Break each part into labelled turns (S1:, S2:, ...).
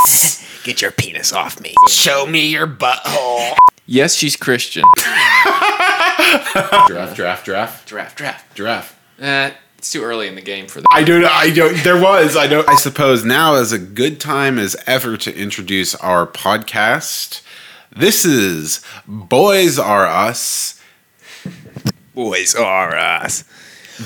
S1: Get your penis off me. Show me your butthole.
S2: Yes, she's Christian.
S3: Giraffe, giraffe, giraffe,
S2: Draft, draft.
S3: giraffe.
S2: Eh, it's too early in the game for that.
S3: I don't. I don't. There was. I don't. I suppose now is a good time as ever to introduce our podcast. This is Boys Are Us,
S1: Boys are us.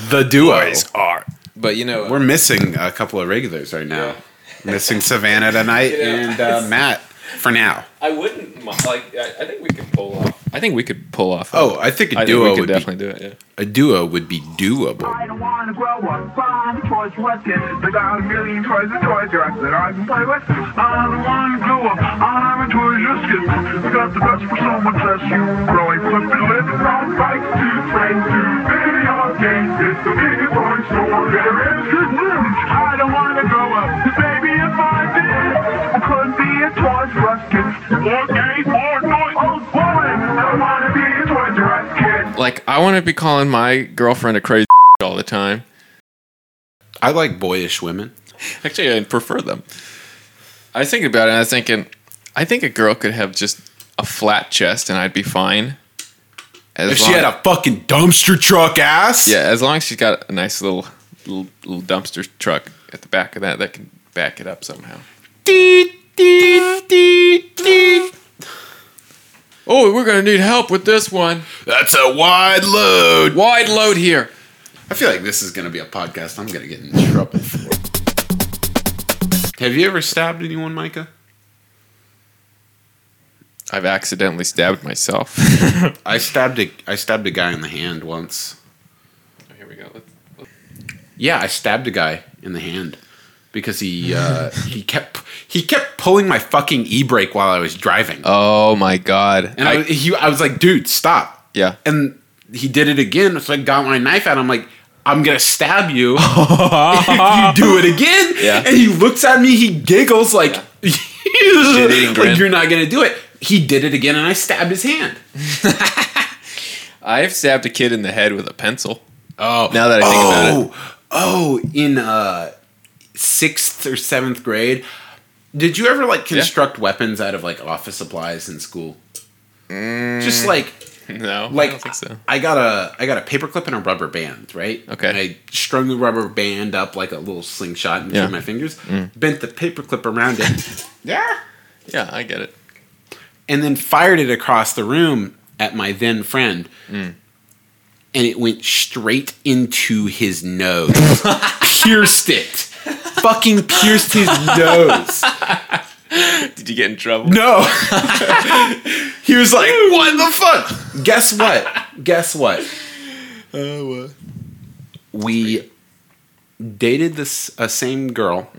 S3: the duo.
S1: Boys are.
S2: But you know,
S3: We're missing a couple of regulars right now. missing Savannah tonight
S2: know,
S3: and uh, Matt for now.
S2: I wouldn't mi- like. I, I think we could pull off. I think we could pull off.
S3: Oh, I think a
S2: I think
S3: duo
S2: we could
S3: would
S2: definitely do it. Yeah.
S3: be a duo would be doable.
S4: I don't wanna grow up fine towards what's in They got a million toys and toy drops that I can play with. I don't wanna grow up, I'm a toy just kid. We got the best for someone that's you, growing flipping lip from bike to train to video games. It's the mini toy store, there is good news. I don't wanna grow up, baby if I did, I could be a toy ruskin. Or gay, or toy, old Oh, boy. I don't wanna be a toy dress kid.
S2: Like, I want to be calling my girlfriend a crazy all the time.
S3: I like boyish women.
S2: Actually, I prefer them. I was thinking about it, and I was thinking, I think a girl could have just a flat chest, and I'd be fine. As
S3: If she had a fucking dumpster truck ass,
S2: yeah, as long as she's got a nice little, little little dumpster truck at the back of that that can back it up somehow. Oh, we're gonna need help with this one.
S3: that's a wide load.
S2: Wide load here.
S3: I feel like this is going to be a podcast I'm going to get in trouble for. Have you ever stabbed anyone, Micah?
S2: I've accidentally stabbed myself.
S3: I stabbed a I stabbed a guy in the hand once.
S2: here we go. Let's-
S3: Yeah, I stabbed a guy in the hand because he uh, he kept he kept pulling my fucking e brake while I was driving,
S2: Oh my god.
S3: and I, he, I was like, dude, stop.
S2: yeah.
S3: And he did it again, so I got my knife out. I'm like, I'm gonna stab you if you do it again.
S2: Yeah.
S3: And he looks at me, he giggles like,
S2: eating
S3: like
S2: grin.
S3: you're not gonna do it. He did it again, and I stabbed his hand.
S2: I've stabbed a kid in the head with a pencil.
S3: Oh,
S2: Now that I think about it.
S3: Oh, in uh, sixth or seventh grade, did you ever like construct weapons out of like office supplies in school? Just like
S2: No,
S3: like
S2: I don't think so.
S3: I got a I got a paperclip and a rubber band, right?
S2: Okay.
S3: And I strung the rubber band up like a little slingshot between
S2: Yeah. Mm.
S3: my fingers, bent the paperclip around it, yeah,
S2: Yeah, I get it.
S3: and then fired it across the room at my then friend.
S2: Mm.
S3: And it went straight into his nose. pierced it. Fucking pierced his nose.
S2: Did you get in trouble?
S3: No. he was like, what the fuck? Guess what? Guess what?
S2: Oh, uh,
S3: We dated this a same girl,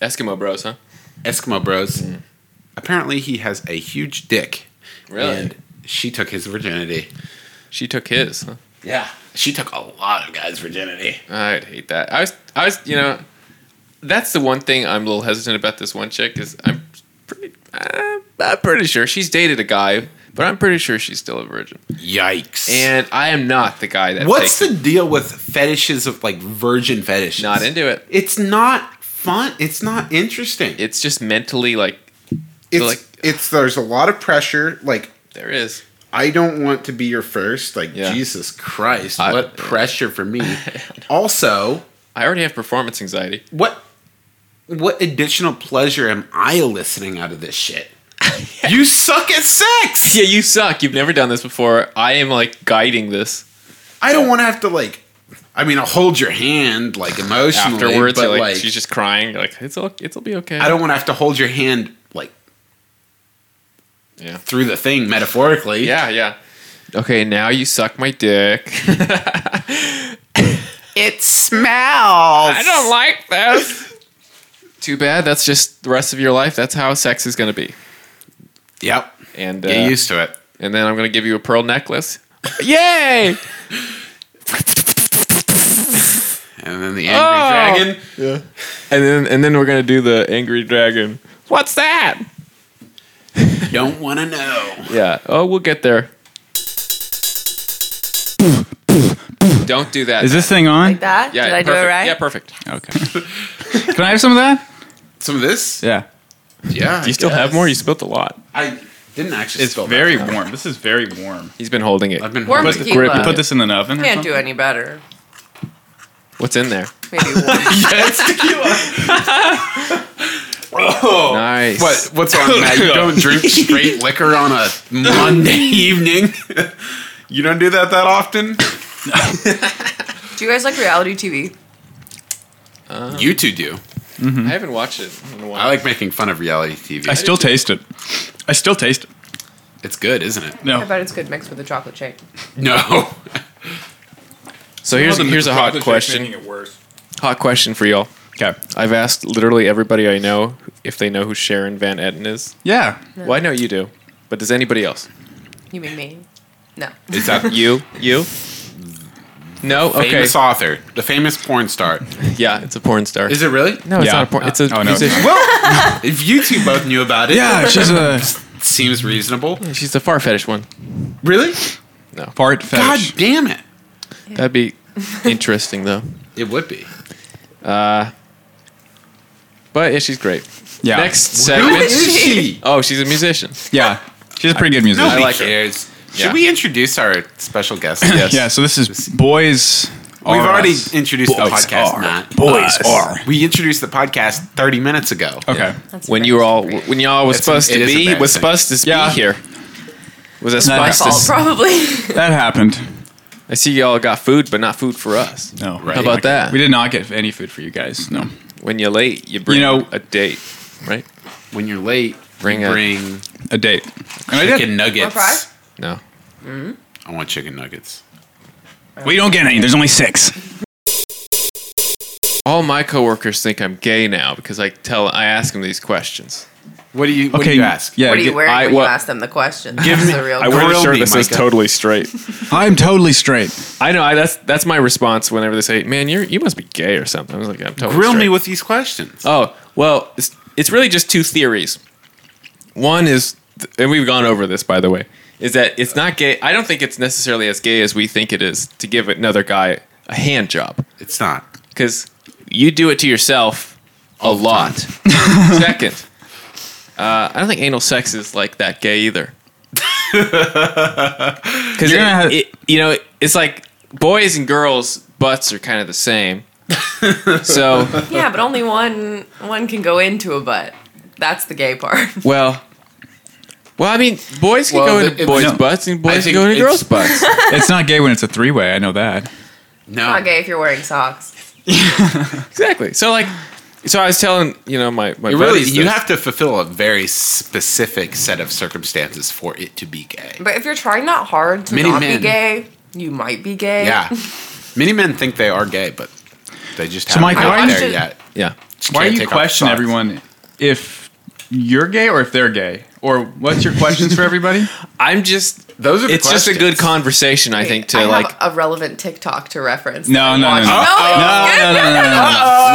S2: Eskimo Bros, huh?
S3: Eskimo Bros. Apparently, he has a huge dick.
S2: Really?
S3: And she took his virginity.
S2: she took his. Huh?
S3: Yeah. She took a lot of guys' virginity.
S2: I'd hate that. I was, I was, you know, that's the one thing I'm a little hesitant about this one chick is I'm pretty, I'm, I'm pretty sure she's dated a guy, but I'm pretty sure she's still a virgin.
S3: Yikes.
S2: And I am not the guy that
S3: What's
S2: takes
S3: the deal with fetishes of like virgin fetishes?
S2: it. not into it.
S3: It's not fun. It's not interesting.
S2: It's just mentally like
S3: it's
S2: like-
S3: it's there's a lot of pressure. Like
S2: there is.
S3: I don't want to be your first. Like
S2: Yeah.
S3: Jesus Christ,
S2: I-
S3: what pressure for me. also,
S2: I already have performance anxiety.
S3: what what additional pleasure am I eliciting out of this shit? you suck at sex.
S2: Yeah, you suck. You've never done this before. I am like guiding this.
S3: I don't want to have to like. I mean, I'll hold your hand like emotionally,
S2: Afterwards,
S3: but
S2: you're like,
S3: like,
S2: she's just crying. You're like it's all, it'll be okay.
S3: I don't want to have to hold your hand like
S2: Yeah.
S3: through the thing metaphorically.
S2: Yeah, yeah. Okay, now you suck my dick.
S3: It smells.
S2: I don't like this. Too bad. That's just the rest of your life. That's how sex is going to be.
S3: Yep.
S2: And uh,
S3: Get used to it.
S2: and then I'm going to give you a pearl necklace. Yay!
S3: And then the
S2: Oh.
S3: angry dragon.
S2: And then and then we're going to do the angry dragon. What's that?
S3: Don't want to know.
S2: Yeah. Oh, we'll get there. Don't do that.
S5: Is this thing on?
S6: Like that?
S2: Yeah,
S6: Did I do
S2: perfect.
S6: it right?
S2: Yeah, perfect.
S5: Okay. Can I have some of that?
S3: Some of this?
S5: Yeah.
S3: Yeah.
S5: Do you still have more? You spilled a lot.
S3: I didn't actually.
S5: It's
S3: spill
S5: very
S3: that.
S5: warm. This is very warm.
S2: He's been holding it.
S3: I've been
S7: Warm
S3: holding
S5: Put,
S3: it.
S7: Keep up.
S5: put this in an oven. or
S7: Can't do
S5: something?
S7: any better.
S2: What's in there?
S7: Maybe one.
S2: Nice.
S3: What, what's on Matt? You don't drink straight liquor on a Monday evening. you don't do that that often.
S5: Uh-huh.
S7: Do you guys like reality TV?
S3: You two do.
S2: I haven't watched it in a
S3: I
S2: while.
S3: like making fun of reality
S5: I
S3: TV.
S5: still taste it. I still taste it.
S3: It's good, isn't it?
S7: I
S5: No.
S7: bet it's good mixed with a chocolate shake.
S3: No.
S2: So here's here's a hot
S5: Chocolate
S2: question.
S5: making it worse.
S2: Hot question for y'all.
S5: Okay.
S2: I've asked literally everybody I know if they know who Sharon Van Etten is.
S5: Yeah.
S2: Well, I know you do, but does anybody else?
S7: You mean me? No.
S3: It's a
S2: You? You? No. Okay.
S3: famous author, the famous porn star.
S2: Yeah, it's a porn star.
S3: Is it really?
S2: No, it's
S5: Yeah.
S2: not a porn. It's a
S5: Oh, no.
S2: musician.
S3: Well, if you two both knew about it,
S5: Yeah, she's Hmm. a
S3: seems reasonable.
S2: She's the far fetish one.
S3: Really?
S5: part
S3: God
S5: fetish.
S3: damn it!
S2: That'd be interesting though.
S3: It would be.
S2: But yeah, she's great.
S5: Yeah.
S2: Next
S3: Who
S2: segment.
S3: is she?
S2: Oh, she's a musician.
S5: Yeah. She's a pretty good musician.
S3: Nobody
S2: I like her.
S3: cares.
S2: Yeah.
S3: Should we introduce our special guest?
S2: Yes.
S5: Yeah, so this is boys.
S3: We've
S5: Are
S3: already
S5: Us.
S3: introduced the podcast, Matt.
S5: Boys are.
S3: We introduced the podcast 30 minutes ago.
S5: Okay.
S7: That's
S2: When you were all,
S7: embarrassing for
S2: when y'all was
S3: It's-
S2: supposed
S3: it
S2: to
S3: is
S2: be, was
S3: embarrassing.
S2: supposed to
S5: Yeah.
S2: be here. Was I
S5: Not my
S2: supposed to?
S7: Fault,
S2: s-
S7: probably.
S5: That happened.
S2: I see y'all got food, but not food for us.
S5: No.
S3: Right.
S2: How about that?
S5: We did not get any food for you guys. No.
S2: When you're late, you bring
S5: You know-
S2: a date, right?
S3: When you're late,
S2: Bring
S3: bring
S2: a-
S3: bring
S5: A date. And I did.
S3: chicken nuggets.
S7: French fries?
S2: No.
S3: I want chicken nuggets.
S5: We don't get any. There's only six.
S2: All my coworkers think I'm gay now because I tell I ask them these questions.
S3: What do you What
S5: okay.
S3: do you ask?
S5: Yeah.
S7: What are you
S5: get-
S7: wearing
S2: I-
S7: when
S2: what-
S7: you ask them the question? Give me, the real
S2: I wear a
S3: Grill
S2: shirt
S3: me,
S2: that says
S3: Micah.
S2: totally straight.
S5: I'm totally straight.
S2: I know. I, that's that's my response whenever they say, "Man, you're you must be gay or something." I was like, "I'm totally
S3: Grill
S2: straight."
S3: me with these questions.
S2: Oh well, it's it's really just two theories. One is, and we've gone over this by the way, is that it's not gay. I don't think it's necessarily as gay as we think it is to give another guy a hand job
S3: It's not.
S2: because you do it to yourself a lot. Second, uh, I don't think anal sex is like that gay either. Because
S5: You're gonna have-
S2: you know, it's like boys and girls' butts are kind of the same. so
S7: yeah, but only one one can go into a butt. That's the gay part.
S2: well, well, I mean, boys can
S3: Well,
S2: go
S3: the-
S2: into
S3: it-
S2: boys'
S5: no.
S2: butts and
S3: I
S2: boys can
S3: think
S2: go into
S3: it's-
S2: girls' butts.
S5: It's not gay when it's a three way. I know that.
S3: No.
S7: Not gay if you're wearing socks.
S2: exactly. So like, so I was telling you know my my
S3: It really,
S2: buddies
S3: you
S2: this.
S3: have to fulfill a very specific set of circumstances for it to be gay.
S7: But if you're trying that hard to
S3: Many
S7: not
S3: men.
S7: be gay, you might be gay.
S3: Yeah. Many men think they are gay, but they just
S5: So,
S3: haven't
S5: Mike, why
S3: gotten
S7: is
S3: there
S7: it-
S3: yet.
S2: yeah.
S3: Just
S5: Why
S3: can't
S5: do you
S3: take off
S5: question
S3: socks.
S5: everyone if you're gay or if they're gay? Or what's your questions for everybody?
S2: I'm just
S3: Those are the
S2: it's just a
S3: questions.
S2: good conversation, I think, to
S7: I
S2: like
S7: have a relevant TikTok to reference.
S5: No,
S7: that
S5: no,
S7: I
S5: no, no.
S7: watched.
S5: No, no, no, no, no,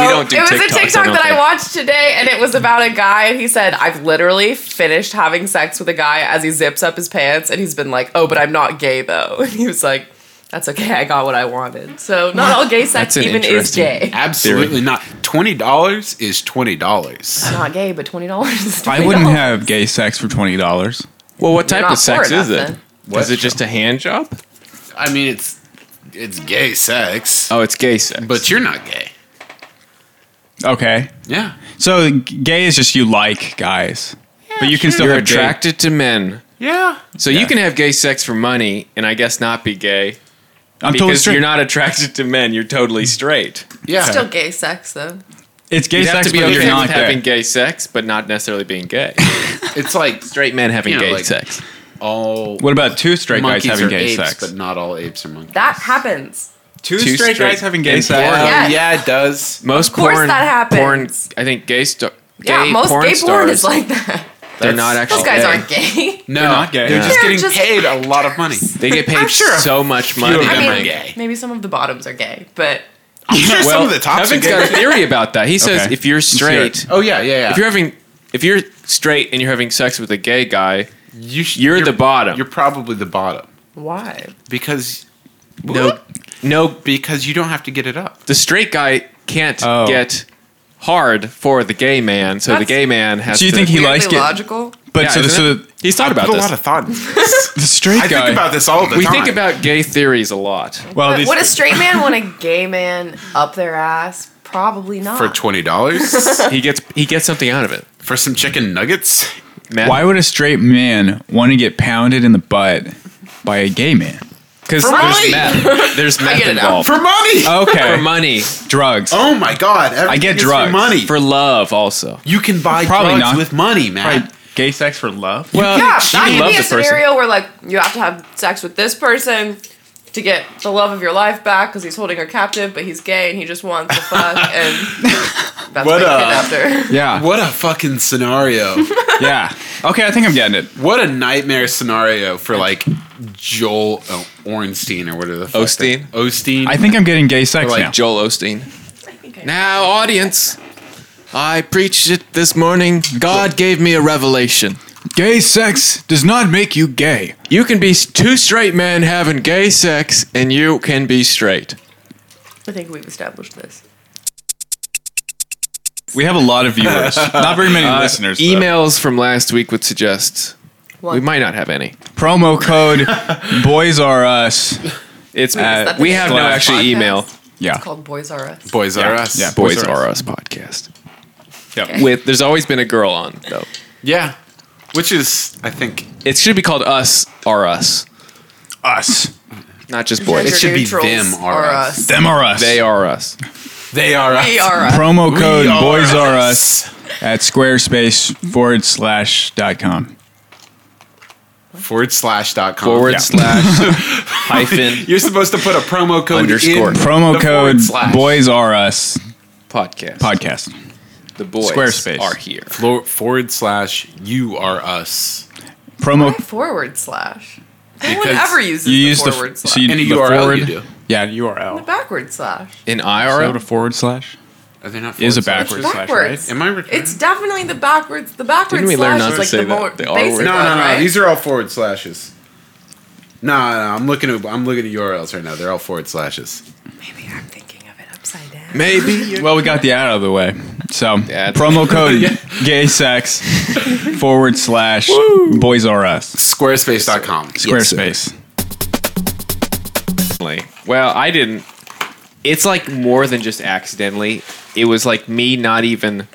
S5: no.
S2: we don't do
S7: it was
S2: TikToks,
S7: a TikTok
S2: I don't
S7: that I
S2: think.
S7: watched today, and it was about a guy, and he said, "I've literally finished having sex with a guy as he zips up his pants, and he's been like, oh, but I'm not gay though.'" And he was like, "That's okay, I got what I wanted." So not all gay
S2: That's
S7: sex
S2: an
S7: even is
S2: interesting-
S7: gay.
S3: Absolutely not. $20 is $20.
S7: Not gay, but twenty dollars. is
S5: I wouldn't
S7: $20.
S5: have gay sex for twenty dollars.
S2: Well, what type
S7: not
S2: of sex
S7: poor
S2: is
S7: enough,
S2: it?
S7: then.
S2: Was it just a hand job?
S3: I mean, it's it's gay sex,
S2: Oh, it's gay sex.
S3: but you're not gay.
S5: Okay.
S3: Yeah.
S5: So g- gay is just you like guys. but you can still
S2: you're
S5: have gay-
S2: attracted to men.
S3: Yeah.
S2: So you can have gay sex for money and I guess not be gay
S5: I'm totally
S2: because
S5: straight.
S2: you're not attracted to men. You're totally straight.
S3: Yeah.
S7: Still gay sex though.
S5: it's gay
S2: You have
S5: sex,
S2: to be
S5: but
S2: okay
S5: you're not
S2: with having
S5: gay.
S2: gay sex, but not necessarily being gay.
S3: it's like
S2: Straight men having
S3: You know,
S2: gay
S3: like-
S2: sex.
S3: all
S5: What about two straight guys
S3: monkeys
S5: having
S3: are
S5: gay
S3: apes,
S5: sex?
S3: but not all apes are monkeys.
S7: That happens.
S5: two,
S2: Two
S5: straight,
S2: straight-
S5: guys having gay
S2: and
S5: sex.
S3: yeah,
S7: Yes.
S3: yeah, it does.
S2: Most
S7: Of course
S2: porn,
S7: that happens.
S2: porn. I think gay, sto-
S7: Yeah,
S2: gay
S7: most
S2: porn
S7: gay
S2: stars.
S7: porn is like that.
S2: they're not
S7: Those
S2: actually.
S7: guys
S2: gay.
S7: aren't gay.
S3: No,
S5: They're not gay.
S3: They're
S2: Yeah.
S3: just
S7: They're
S3: getting
S7: just-
S3: paid a lot of money.
S2: They get paid
S3: sure a
S2: so much money.
S3: of them
S7: I
S3: They're
S7: mean,
S3: gay.
S7: maybe some of the bottoms are gay, but
S3: I'm sure some of the tops are
S2: Kevin's
S3: gay.
S2: got a theory about that. He says
S5: Okay.
S2: if you're
S5: hear it.
S2: straight,
S3: oh yeah, yeah, yeah.
S2: if you're having, if you're straight and you're having sex with a gay guy,
S3: you sh-
S2: you're the bottom.
S3: You're probably the bottom
S7: why?
S3: because
S2: no, no,
S3: because you don't have to get it up.
S2: the straight guy can't
S5: Oh.
S2: get hard for the gay man, so the
S6: That's-
S2: gay man has.
S5: So you
S2: to-
S5: think he
S6: Weirdly
S5: likes it?
S6: logical.
S5: But
S2: Yeah,
S5: so, the,
S2: isn't
S5: so
S2: it?
S5: the,
S2: he's
S3: I
S2: thought about
S3: put a
S2: this.
S3: lot of thought into this.
S5: the straight
S3: I
S5: guy.
S3: think about this all the
S2: we
S3: time.
S2: think about gay theories a lot.
S5: well,
S6: But
S5: these-
S6: would a straight man want a gay man up their ass? Probably not.
S3: for twenty dollars
S2: He gets he gets something out of it.
S3: for some chicken nuggets.
S2: Matt,
S5: why would a straight man want to get pounded in the butt by a gay man?
S2: Because
S3: For
S2: there's
S3: money!
S2: meth. There's meth
S6: get it now.
S5: Oh.
S2: involved.
S3: For money.
S2: For
S5: Okay,
S2: money,
S5: drugs.
S3: oh my god!
S5: Uh, I get
S3: everything is
S5: drugs
S3: For money.
S2: for love, also.
S3: you can buy
S5: Probably
S3: drugs
S5: not.
S3: with money, man.
S5: Probably gay sex for love.
S2: Well,
S6: yeah,
S2: she
S6: that
S2: would
S6: could
S2: love
S6: be a
S2: the person.
S6: scenario where like you have to have sex with this person to get the love of your life back because he's holding her captive, but he's gay and he just wants to fuck, and that's what
S3: What
S6: you
S3: a-
S6: after.
S5: Yeah,
S3: What a fucking scenario.
S5: yeah. Okay, I think I'm getting it.
S3: what a nightmare scenario for like Joel oh, Ornstein or whatever the fuck.
S2: Osteen?
S3: that- Osteen.
S5: I think I'm getting gay sex
S3: Like
S5: now.
S2: Joel Osteen. Now, audience, I preached it this morning. God gave me a revelation.
S5: gay sex does not make you gay.
S2: You can be two straight men having gay sex, and you can be straight.
S6: I think we've established this.
S5: We have a lot of viewers, not very many listeners. though.
S2: Emails from last week would suggest
S6: One.
S2: we might not have any.
S5: promo code boys are us.
S2: It's
S5: that
S2: uh,
S6: the
S2: we
S6: name
S2: have
S6: of
S2: no
S6: the
S2: actual
S6: podcast?
S2: email.
S5: Yeah,
S6: It's called Boys R Us.
S3: Boys Are Us.
S5: yeah.
S2: Boys,
S5: Boys R
S2: Are Us podcast.
S5: yeah.
S2: With there's always been a girl on though.
S3: Yeah. Which is, I think,
S2: It should be called Us Are Us,
S5: us.
S2: not just
S3: It
S2: boys.
S3: should be
S6: Neutrals
S3: them or us.
S5: Them are us.
S2: They are us.
S3: they are us.
S6: They are us.
S5: Promo code
S3: are
S5: boys are
S3: us.
S5: us at squarespace forward slash dot com.
S3: Forward slash dot com.
S2: Forward
S5: Yeah.
S2: slash hyphen
S3: You're supposed to put a promo code
S2: Underscore.
S3: in
S5: Promo
S3: the
S5: code
S3: forward slash.
S5: boys are us
S2: podcast.
S5: podcast.
S2: The boys
S5: Squarespace.
S2: are here.
S3: Flo- forward slash you are us.
S5: Promo.
S6: Forward slash. No one
S3: Because
S6: ever uses
S5: You
S6: the
S5: use the
S6: forward
S5: f-
S6: slash.
S5: so you,
S3: Any
S5: the
S3: URL
S5: forward,
S3: you do.
S5: Yeah,
S6: the
S5: URL.
S6: backward slash.
S2: In
S5: Is that
S2: IRL,
S5: a forward slash?
S3: Are they not
S5: Is a
S3: forward
S5: backwards
S3: slashes?
S5: slash,
S6: Backwards.
S5: right?
S3: Am I retarded?
S6: It's definitely the backwards. The backwards
S2: Didn't we learn
S6: slash
S2: not
S6: is
S2: to
S6: like
S2: say
S6: the
S2: that?
S6: more
S2: The R
S6: basic
S2: word.
S3: No,
S6: one,
S3: no, no.
S6: right?
S3: These are all forward slashes. No, no, I'm looking at I'm looking at URLs right now. They're all forward slashes.
S6: Maybe I'm thinking of it upside down.
S2: maybe.
S5: Well, we got the ad out of the way. So
S2: That's-
S5: promo code gay sex forward slash boys are us.
S3: Squarespace.com.
S5: Squarespace.
S2: accidentally. Well, I didn't. It's like more than just accidentally. It was like me not even,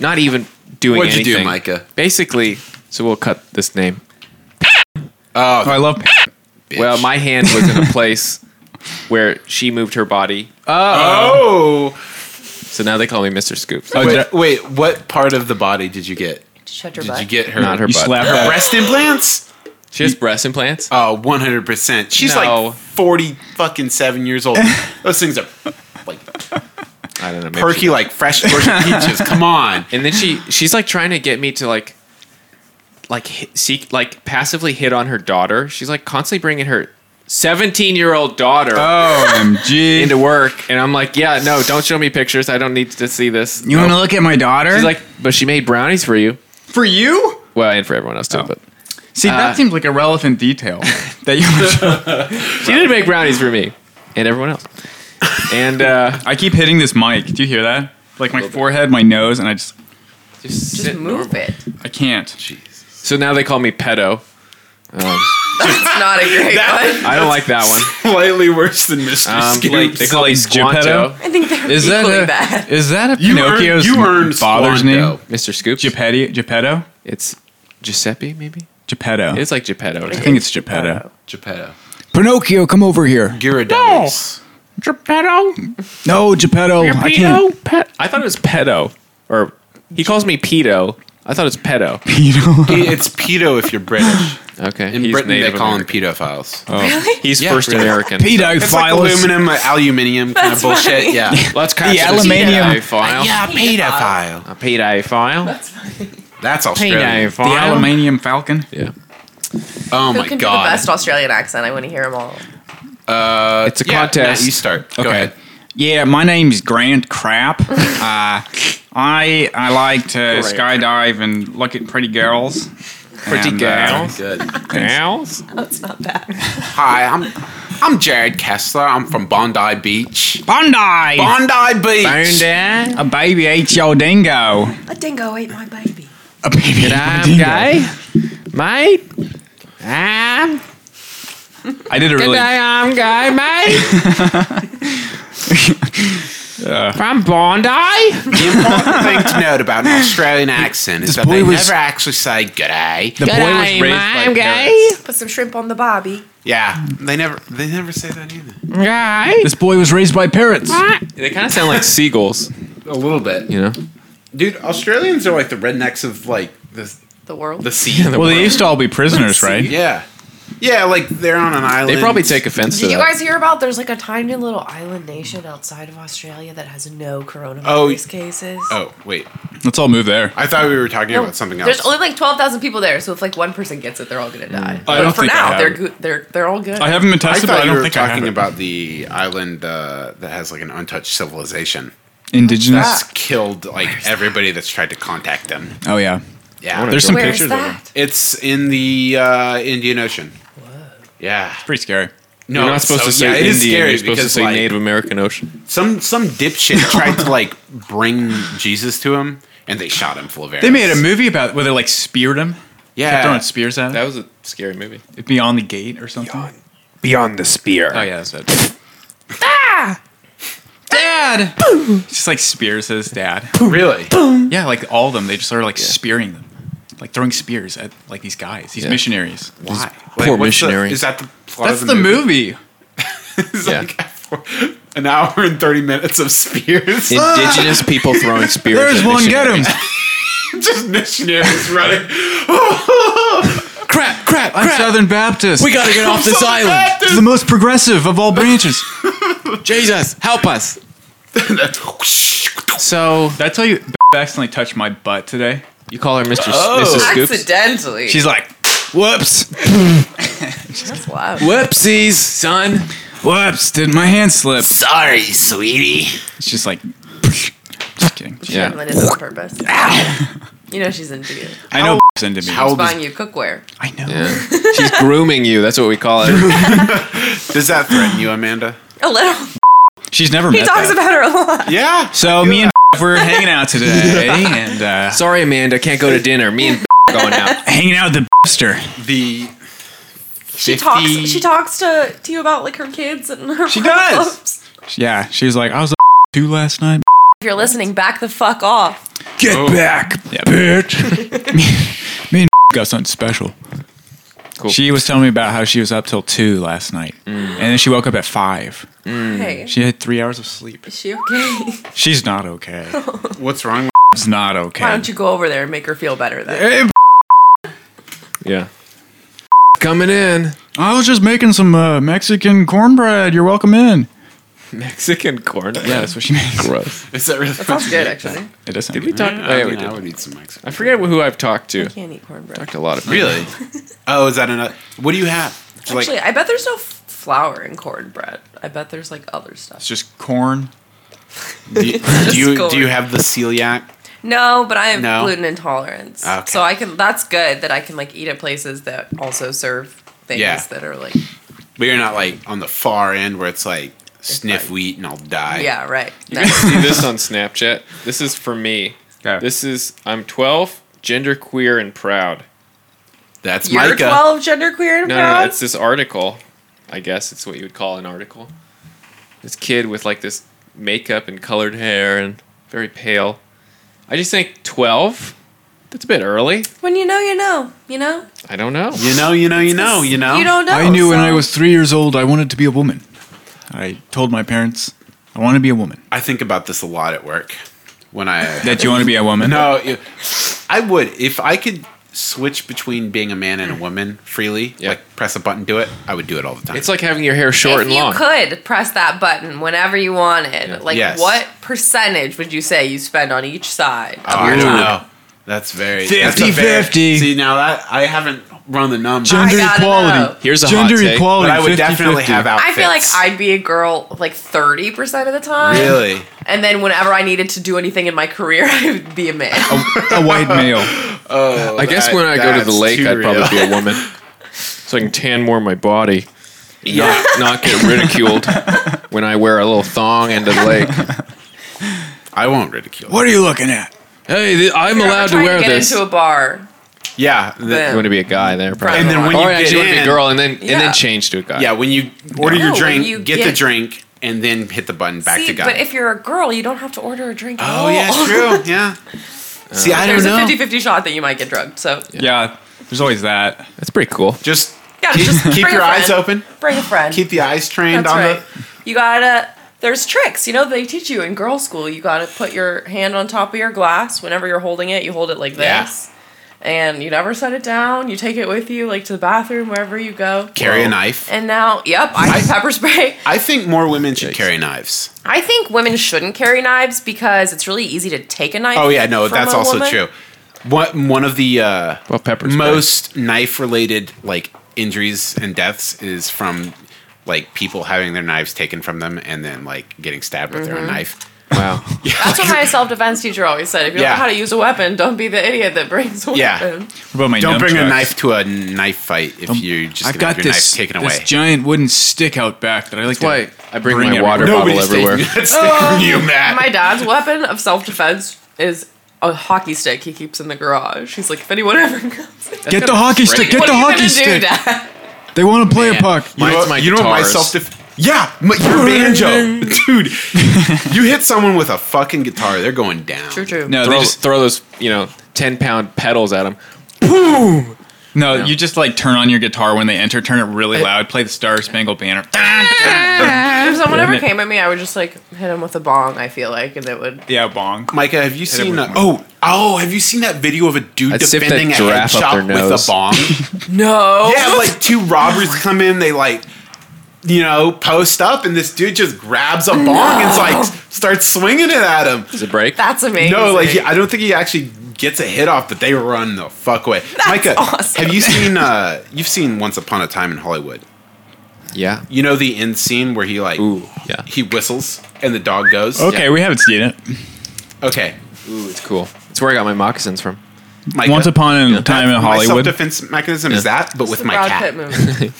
S2: not even doing
S3: What'd you do,
S2: anything.
S3: Micah?
S2: Basically, so we'll cut this name.
S5: Oh, I love.
S3: Bitch.
S2: Well, my hand was in a place where she moved her body,
S5: Uh,
S3: oh.
S2: so now they call me Mr. Scoops.
S5: Oh, did I-
S3: Wait, wait, what part of the body did you get?
S6: Shut your
S3: Did
S6: butt.
S3: you get her?
S2: Not her
S5: you
S2: butt.
S5: slap
S3: Her
S5: that.
S3: breast implants?
S2: She has breast
S5: uh,
S2: implants.
S3: Oh, 100%. She's
S2: No.
S3: like 40 fucking 7 years old. Those things are like
S2: I don't know. Maybe she-
S3: perky like fresh Georgia peaches. Come on.
S2: and then she she's like trying to get me to like like hit, seek like passively hit on her daughter. She's like constantly bringing her 17 year old daughter
S5: Oh. OMG.
S2: into work, and I'm like, yeah, no, don't show me pictures. I don't need to see this.
S5: You want to look at my daughter?
S2: She's like, but she made brownies for you.
S5: for you?
S2: Well, and for everyone else too,
S5: Oh.
S2: but
S5: See, that seems like a relevant detail that you.
S2: she did make brownies for me and everyone else. And uh,
S5: I keep hitting this mic. Do you hear that? Like my forehead, my nose, and I just
S2: just,
S6: Just
S2: sit
S6: move
S2: normal.
S6: it.
S5: I can't.
S2: So now they call me pedo.
S6: It's not a great one.
S2: I don't like that one.
S3: Slightly worse than Mr.
S2: Um, like,
S3: Scoops.
S2: they call me
S5: Geppetto?
S2: Squanto.
S6: I think they're
S5: Is that
S6: equally
S5: a,
S6: bad.
S5: is oh that a
S3: You
S5: Pinocchio's
S3: earned, you earned
S5: father's name?
S3: Squanto.
S2: Mr. Scoops.
S5: Geppetto? Geppetto?
S2: It's Giuseppe, maybe.
S5: Geppetto.
S2: It's like Geppetto.
S5: I think it's Geppetto.
S3: Geppetto.
S5: Pinocchio, come over here.
S3: Gyarados.
S2: Geppetto.
S5: No, Geppetto. Oh, I can't.
S2: Pedo. Pet. I thought it was pedo, or he calls me pedo. I thought it was pedo.
S5: Pedo.
S3: It's pedo if you're British.
S2: Okay.
S3: In
S2: he's
S3: Britain,
S2: Native
S3: they call
S2: American.
S3: him pedophiles.
S6: Really?
S2: He's
S3: Yeah,
S2: first
S3: really.
S2: American.
S3: It's like
S5: Pedophilus.
S3: aluminum, like aluminium kind of
S6: That's
S3: bullshit.
S6: right.
S3: Yeah.
S2: Let's catch
S5: The
S2: this
S5: aluminium.
S2: pedophile.
S3: pedophile.
S2: A pedophile.
S3: That's Australian.
S5: The
S2: Pedophile.
S5: aluminium falcon.
S2: Yeah.
S3: Oh
S6: Who
S3: my
S6: can do the
S3: god.
S6: best Australian accent? I want to hear them all.
S2: It's a
S3: Yeah,
S2: contest.
S3: Matt, you start. Go ahead.
S5: Yeah, my name's Grant Crap. Uh, I I like to
S2: Great.
S5: skydive and look at pretty girls. uh, Pretty
S2: girls?
S3: Good.
S2: Gals?
S6: That's not bad.
S3: Hi, I'm I'm Jared Kessler. I'm from Bondi Beach.
S5: Bondi.
S3: Bondi Beach.
S5: A baby ate your dingo.
S7: A dingo ate my baby.
S5: A baby ate my dingo.
S2: guy, mate. I'm
S5: I did a really.
S2: I'm guy, mate. From Bondi.
S3: The important thing to note about an Australian accent is
S5: This
S3: that they
S5: boy was-
S3: never actually say "g'day."
S5: The boy was raised by parents.
S7: Put some shrimp on the bobby.
S3: Yeah, they never they never say that either.
S2: Guy.
S5: This boy was raised by parents.
S2: They kind of sound like seagulls,
S3: A little bit,
S2: you know.
S3: dude. Australians are like the rednecks of like the
S7: The world.
S3: the sea.
S5: Well, they used to all be prisoners, right?
S3: yeah, yeah, like they're on an island.
S2: They probably take offense to
S7: Did you
S2: that.
S7: guys hear about? There's like a tiny little island nation outside of Australia that has no coronavirus
S3: Oh.
S7: cases.
S3: Oh wait,
S5: Let's all move there.
S3: I thought we were talking
S7: No,
S3: about something else.
S7: There's only like twelve thousand people there, so if like one person gets it, they're all gonna die.
S5: Mm. I don't
S7: but for
S5: think I
S7: now,
S5: have
S7: they're
S5: it.
S7: good. They're they're all good.
S5: I haven't been
S3: I
S5: tested, but
S3: thought
S5: I
S3: you
S5: don't
S3: were
S5: think I have
S3: talking
S5: it.
S3: about the island uh, that has like an untouched civilization
S5: indigenous.
S3: that's killed like everybody that's tried to contact them.
S5: Oh yeah,
S3: Yeah,
S5: there's some
S7: Where is
S5: pictures. of it.
S7: that?
S3: It's in the uh, Indian Ocean. Yeah.
S5: Pretty scary.
S3: No,
S2: You're not supposed
S3: so-
S2: to say
S3: yeah, it
S2: Indian.
S3: is scary
S2: You're supposed to
S3: because,
S2: say
S3: like,
S2: Native American Ocean.
S3: Some some dipshit tried to like bring Jesus to him, and they shot him full of arrows.
S5: They made a movie about where they like speared him. Kept
S3: Yeah,
S5: throwing spears at
S2: That
S5: him.
S2: was a scary movie.
S5: Beyond the gate or something.
S1: Beyond the spear.
S2: Oh yeah, that's it.
S3: Ah!
S5: Dad. Just like spears his dad.
S3: really.
S5: Yeah, like all of them. They just started like spearing them, like throwing spears at like these guys, these
S2: Yeah.
S5: missionaries.
S3: Why?
S2: poor
S3: what's the-
S2: missionary.
S3: is that the plot
S5: That's
S3: of
S5: the movie.
S3: It's
S2: Yeah.
S3: like an hour and thirty minutes of spears.
S2: Indigenous people throwing spears. at missionaries.
S3: Just missionaries running.
S5: Crap! Crap! I'm Southern Baptist.
S2: We gotta get off this island.
S5: It's the most progressive of all branches.
S2: Jesus, help us. So
S5: Did I tell you? Accidentally touched my butt today.
S2: you call her Mr. Mrs. Scoops?
S7: Oh, Accidentally.
S5: She's like, "Whoops,
S7: That's wild.
S2: Whoopsies, son.
S5: whoops! Did my hand slip?"
S1: Sorry, sweetie.
S5: It's just like, just kidding.
S7: She yeah.
S2: Yeah.
S7: did it on purpose. you know she's into you.
S5: I know into me.
S3: How old
S7: Buying
S3: is,
S7: you cookware.
S5: I know.
S2: She's grooming you. That's what we call it.
S3: does that threaten you, Amanda?
S7: A little.
S5: She's never
S7: He
S5: met
S7: talks
S5: that.
S7: about her a lot.
S3: Yeah.
S5: so me and were hanging out today, and uh,
S2: Sorry, Amanda. Can't go to dinner. Me and going out.
S5: hanging out with the bster.
S3: The
S7: She talks. She talks to, to you about like her kids and her. She
S5: does.
S7: problems.
S5: Yeah, she was like, "I was a two last night."
S7: If you're listening, back the fuck off.
S5: Get
S7: Oh.
S5: back, bitch. me, me and got something special.
S2: Cool.
S5: She was telling me about how she was up till two last night,
S7: Mm.
S5: and then she woke up at five.
S7: Hey,
S5: She had three hours of sleep.
S7: is she okay?
S5: She's not okay.
S3: What's wrong? with
S5: It's not okay.
S7: Why don't you go over there and make her feel better then?
S5: Hey, b-
S2: Yeah. Coming in.
S5: I was just making some uh, Mexican cornbread. You're welcome in.
S2: Mexican corn.
S5: Yeah, that's what she makes.
S2: Gross.
S3: Is that really?
S7: Sounds good actually.
S5: It doesn't.
S2: Did we talk? Oh,
S3: I,
S2: yeah, we
S3: mean, I
S2: did.
S3: would eat some Mexican.
S2: I forget who I've talked to.
S7: Can't eat cornbread.
S2: Talked to a lot of people.
S3: Really? oh, is that another? What do you have? It's like-
S7: Actually, I bet there's no f- flour in cornbread. I bet there's like other stuff.
S5: It's just corn.
S3: do you, do, you,
S7: scored.
S3: do you have the celiac?
S7: No, but I have
S3: No?
S7: gluten intolerance,
S3: Okay.
S7: so I can. That's good that I can like eat at places that also serve things
S3: Yeah.
S7: that are like
S3: But you're not like on the far end where it's like sniff
S7: like-
S3: wheat and I'll die.
S7: yeah right. No.
S2: see this on Snapchat. This is for me.
S5: Okay.
S2: This is I'm 12, gender queer and proud.
S3: that's
S7: You're
S3: Micah.
S7: twelve, genderqueer, and
S2: No, no,
S7: proud.
S2: no, it's this article. I guess it's what you would call an article. This kid with like this makeup and colored hair and very pale. I just think 12? That's a bit early.
S7: when you know, you know. You know.
S2: I don't know.
S3: You know, you know, you know, you know.
S7: You don't know.
S5: I knew when
S7: so-
S5: I was three years old I wanted to be a woman. I told my parents I want to be a woman.
S3: I think about this a lot at work when I
S5: That you want to be a woman?
S3: no, it- I would if I could switch between being a man and a woman freely,
S2: Yeah.
S3: like press a button, do it. I would do it all the time.
S2: It's like having your hair short
S7: if
S2: and
S7: you
S2: long.
S7: could press that button whenever you wanted, like
S3: Yes.
S7: what percentage would you say you spend on each side?
S3: oh, I don't know. That's very that's a
S5: 50-50.
S3: See now that I haven't run the numbers.
S5: Gender
S7: I gotta
S5: equality.
S7: know.
S2: Here's a
S5: Gender
S2: hot take,
S5: equality.
S3: but I would definitely
S5: 50-50.
S3: have
S7: I
S3: outfits.
S7: feel like I'd be a girl like 30% of the time.
S3: really.
S7: And then whenever I needed to do anything in my career, I would be a man.
S5: a white male.
S2: I guess
S3: that-
S2: when I go to
S3: that's
S2: the lake,
S3: too
S2: I'd probably
S3: real.
S2: be a woman. So I can tan more my body.
S8: Yeah.
S2: not, not get ridiculed when I wear a little thong into the lake.
S3: I won't ridicule.
S5: What are you looking at?
S2: Hey, th- I'm
S7: You're
S2: allowed to
S7: trying
S2: wear
S7: get
S2: this.
S7: into a bar.
S3: Yeah, the-
S7: Then-
S2: you want to be a guy there, probably.
S3: and then when
S2: or
S3: you
S2: actually,
S3: get
S2: you want to be
S3: in,
S2: a girl, and then and
S7: Yeah.
S2: then change to a guy.
S3: Yeah, when you order
S7: No,
S3: your
S7: when
S3: drink,
S7: you
S3: get, the
S7: get-
S3: drink, and then hit the button back
S7: See,
S3: to guy.
S7: but if you're a girl, you don't have to order a drink at all.
S3: oh yeah, true. Yeah. See, I don't
S7: There's a
S3: know.
S7: 50-50 shot that you might get drugged, so
S5: Yeah, there's always that.
S2: that's pretty cool.
S3: Just
S7: yeah,
S3: keep,
S7: just
S3: keep
S7: bring a
S3: your eyes
S7: friend.
S3: open.
S7: Bring a friend.
S3: Keep the eyes trained
S7: That's
S3: on
S7: right. You gotta. There's tricks, you know. They teach you in girl school. You gotta put your hand on top of your glass whenever you're holding it. You hold it like
S3: Yeah.
S7: this, and you never set it down. You take it with you, like to the bathroom, wherever you go.
S3: the carry a knife.
S7: And now, yep, I pepper spray.
S3: I think more women should carry knives.
S7: I think women shouldn't carry knives because it's really easy to take a knife.
S3: Oh yeah, no,
S7: from
S3: that's
S7: a
S3: also
S7: woman.
S3: true. One one of the uh,
S2: Well, pepper spray.
S3: most knife related like injuries and deaths is from like people having their knives taken from them and then like getting stabbed with
S7: Mm-hmm.
S3: their own knife.
S2: Wow.
S7: That's what my self-defense teacher always said. If you
S3: Yeah.
S7: don't know how to use a weapon, don't be the idiot that brings a
S3: Yeah.
S7: weapon.
S5: What about my
S3: Don't bring a
S5: nunchucks?
S3: knife to a knife fight if you just
S5: Um, I've
S3: gonna have
S5: got
S3: your
S5: this,
S3: knife taken
S5: this
S3: away.
S5: giant wooden stick out back that I
S2: That's
S5: like. to,
S2: why I bring,
S5: Bring
S2: my
S5: it
S2: water
S5: everywhere.
S2: bottle
S3: Nobody's taking
S2: everywhere.
S3: that stick from you, Matt.
S7: Oh, My dad's weapon of self defense is a hockey stick he keeps in the garage. He's like, if anyone ever comes,
S5: Get the hockey stick. Get
S7: what
S5: the
S7: are you
S5: hockey
S7: gonna do,
S5: stick.
S7: Dad?
S5: They want to play a puck.
S3: You know,
S2: Mine's my
S3: you know what my
S2: guitars.
S3: self def- Yeah, my, your banjo, dude. You hit someone with a fucking guitar, they're going down.
S7: True, true.
S5: no,
S2: throw,
S5: they just
S2: throw those you know ten pound pedals at him.
S5: no, You just like turn on your guitar when they enter. Turn it really loud. Play the Star Spangled Banner.
S7: If someone ever came at me, I would just like hit him with a bong. I feel like, and it would.
S5: yeah, bong.
S3: Micah, have you seen
S5: with
S3: that? Oh, oh, have you seen that video of a dude
S2: I'd sift that
S3: defending a
S2: giraffe up their
S3: headshot with
S2: nose.
S3: a bomb?
S7: No.
S3: yeah, like two robbers come in, they like, you know, post up, and this dude just grabs a bong and like starts swinging it at him.
S2: Is it break?
S7: That's amazing.
S3: No, like he, I don't think he actually gets a hit off, but they run the fuck away. Micah,
S7: awesome.
S3: have you seen? uh You've seen Once Upon a Time in Hollywood.
S2: yeah.
S3: You know the end scene where he like
S2: Ooh. Yeah.
S3: he whistles and the dog goes.
S5: Okay, we haven't seen it.
S3: Okay.
S2: Ooh, it's cool. It's where I got my moccasins from.
S3: Micah,
S5: Once upon a
S3: that's
S5: time in
S3: My
S5: Hollywood.
S3: self-defense mechanism is that, but with
S7: the
S3: my
S7: Brad
S3: cat.
S7: Pitt movie.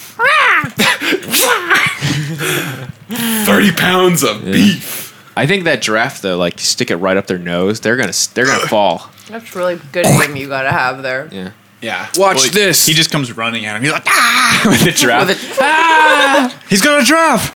S3: Thirty pounds of beef.
S2: I think that giraffe though, like you stick it right up their nose, they're gonna s- they're gonna fall.
S7: That's really good aim you gotta have there.
S2: Yeah.
S3: Yeah.
S2: Watch this.
S5: he just comes running at him. He's like, ah, with the
S7: With
S5: giraffe.
S7: a-
S5: He's got a giraffe.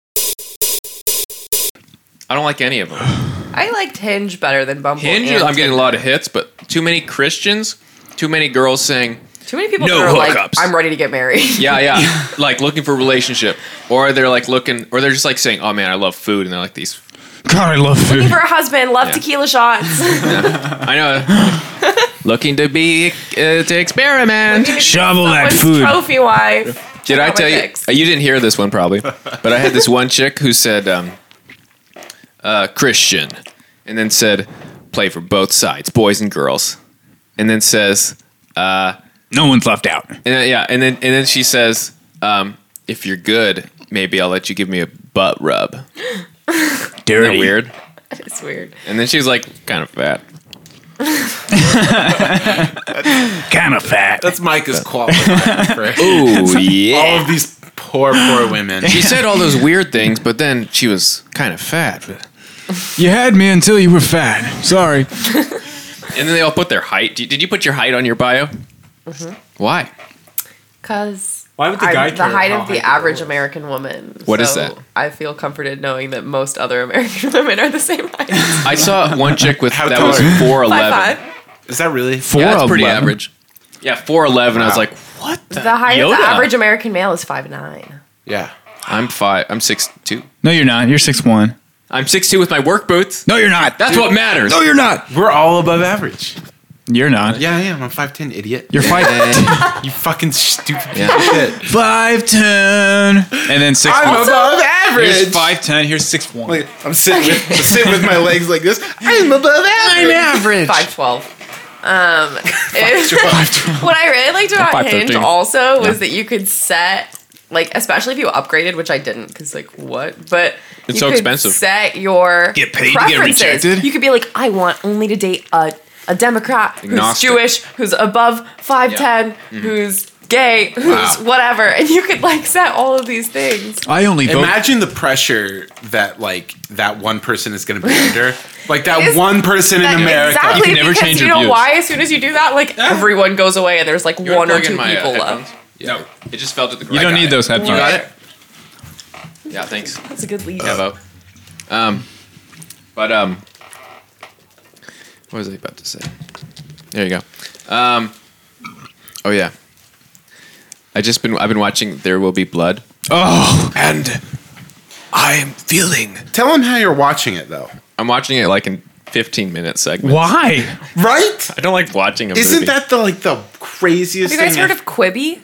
S2: I don't like any of them.
S7: I liked Hinge better than Bumble.
S2: Hinge,
S7: and
S2: I'm getting
S7: Tinder.
S2: a lot of hits, but too many Christians, too many girls saying,
S7: Too many people
S2: No
S7: that are like,
S2: hookups.
S7: I'm ready to get married.
S2: yeah, yeah, like looking for a relationship, or they're like looking, or they're just like saying, oh man, I love food, and they're like these.
S5: God, I love
S7: Looking
S5: food.
S7: for a husband, love tequila shots.
S2: I know. looking to be uh, to experiment.
S5: Shovel that
S7: Someone's
S5: food.
S7: Trophy wife.
S2: Did I
S7: out my
S2: tell you?
S7: pics.
S2: uh, You didn't hear this one probably, but I had this one chick who said um, uh, Christian, and then said play for both sides, boys and girls, and then says
S5: No one's left out.
S2: and then, yeah, and then and then she says um, if you're good, maybe I'll let you give me a butt rub. Isn't that
S5: Dirty.
S2: weird.
S7: It's weird.
S2: And then she's like kind of fat.
S5: Kind of fat.
S3: That's Micah's qualifier for
S2: Ooh yeah.
S3: all of these poor, poor women.
S2: She said all those weird things, but then she was kind of fat.
S5: You had me until you were fat. Sorry.
S2: And then they all put their height. Did did you put your height on your bio?
S7: Mm-hmm.
S2: Why?
S7: Cause
S5: Why would
S7: I'm the height of the average American woman.
S2: What
S7: What is
S2: is that?
S7: I feel comforted knowing that most other American women are the same height.
S2: I saw one chick with
S3: How
S2: that
S3: tall
S2: was
S3: are you?
S2: four
S7: Five
S2: eleven.
S7: five.
S3: Is that really?
S5: Four
S2: Yeah, that's pretty
S5: 11.
S2: average. Yeah, four eleven. I was
S3: Wow.
S2: like, what? The?
S7: The height of
S2: Yoda.
S7: the average American male is five nine.
S3: Yeah.
S2: I'm five. I'm six two.
S5: No, you're not. You're six one.
S2: I'm six two with my work boots.
S5: No, you're not.
S2: That's what matters.
S5: No, you're not.
S3: We're all above average.
S5: You're not.
S3: Yeah, I am. I'm 5'10, idiot.
S5: You're five
S3: You fucking stupid piece
S2: Yeah.
S3: of shit.
S5: five ten, and then six.
S3: I'm
S5: one.
S3: above average.
S5: Here's five ten. Here's six one.
S3: Like, I'm sitting with, sitting with my legs like this. I'm above average.
S5: average.
S7: Five twelve. Um, if- what I really liked about
S2: Five
S7: Hinge
S2: thirteen.
S7: also was that you could set like, especially if you upgraded, which I didn't, because like what? But
S2: It's
S7: you
S2: so
S7: could
S2: expensive.
S7: Set your
S5: Get paid to get
S7: preferences.
S5: rejected?
S7: You could be like, I want only to date a a Democrat who's
S2: Agnostic. Mm-hmm.
S7: Jewish, who's above five ten, who's gay, who's
S3: Wow.
S7: whatever, and you could like set all of these things.
S5: I only vote.
S3: Imagine the pressure that like that one person is going to be under. Like that
S7: Is-
S3: one person in
S7: That-
S3: America.
S7: Exactly,
S2: You can never
S7: because
S2: change
S7: you
S2: your
S7: know
S2: views.
S7: why? As soon as you do that, like everyone goes away, and there's like one or two
S2: uh,
S7: people left.
S2: No, it just fell to the ground.
S5: You don't need those headphones.
S2: You got it? Yeah, thanks.
S7: That's a good lead.
S3: Oh.
S2: Devo. Um, but um, what was I about to say? There you go. Um, oh yeah. I just been I've been watching There Will Be Blood.
S5: Oh,
S2: And I'm feeling
S3: Tell them how you're watching it though.
S2: I'm watching it like in 15 minute segments.
S5: why?
S3: Right?
S2: I don't like watching a
S3: Isn't
S2: movie.
S3: that the like the craziest
S7: Have you guys
S3: thing?
S7: heard
S3: I've-
S7: of Quibi?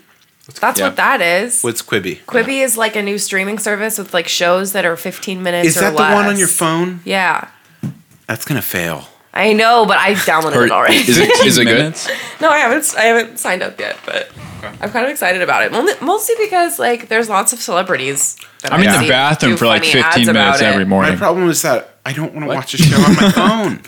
S7: That's
S2: Yeah.
S7: what that is.
S3: What's Quibi?
S7: Quibi is like a new streaming service with like shows that are 15 minutes
S3: Is
S7: or
S3: that the
S7: less.
S3: one on your phone?
S7: Yeah.
S3: That's going to fail.
S7: I know, but I downloaded
S2: Or-
S7: it already.
S2: Is it, is it good?
S5: Minutes?
S7: no, I haven't. I haven't signed up yet, but I'm kind of excited about it. Mol- Mostly because like there's lots of celebrities. that
S5: I'm in
S7: I
S5: the
S7: see
S5: bathroom
S7: do
S5: for like
S7: funny ads
S5: 15 minutes
S7: about it.
S5: every
S3: My
S5: morning.
S3: problem is that I don't want to watch a show on my phone.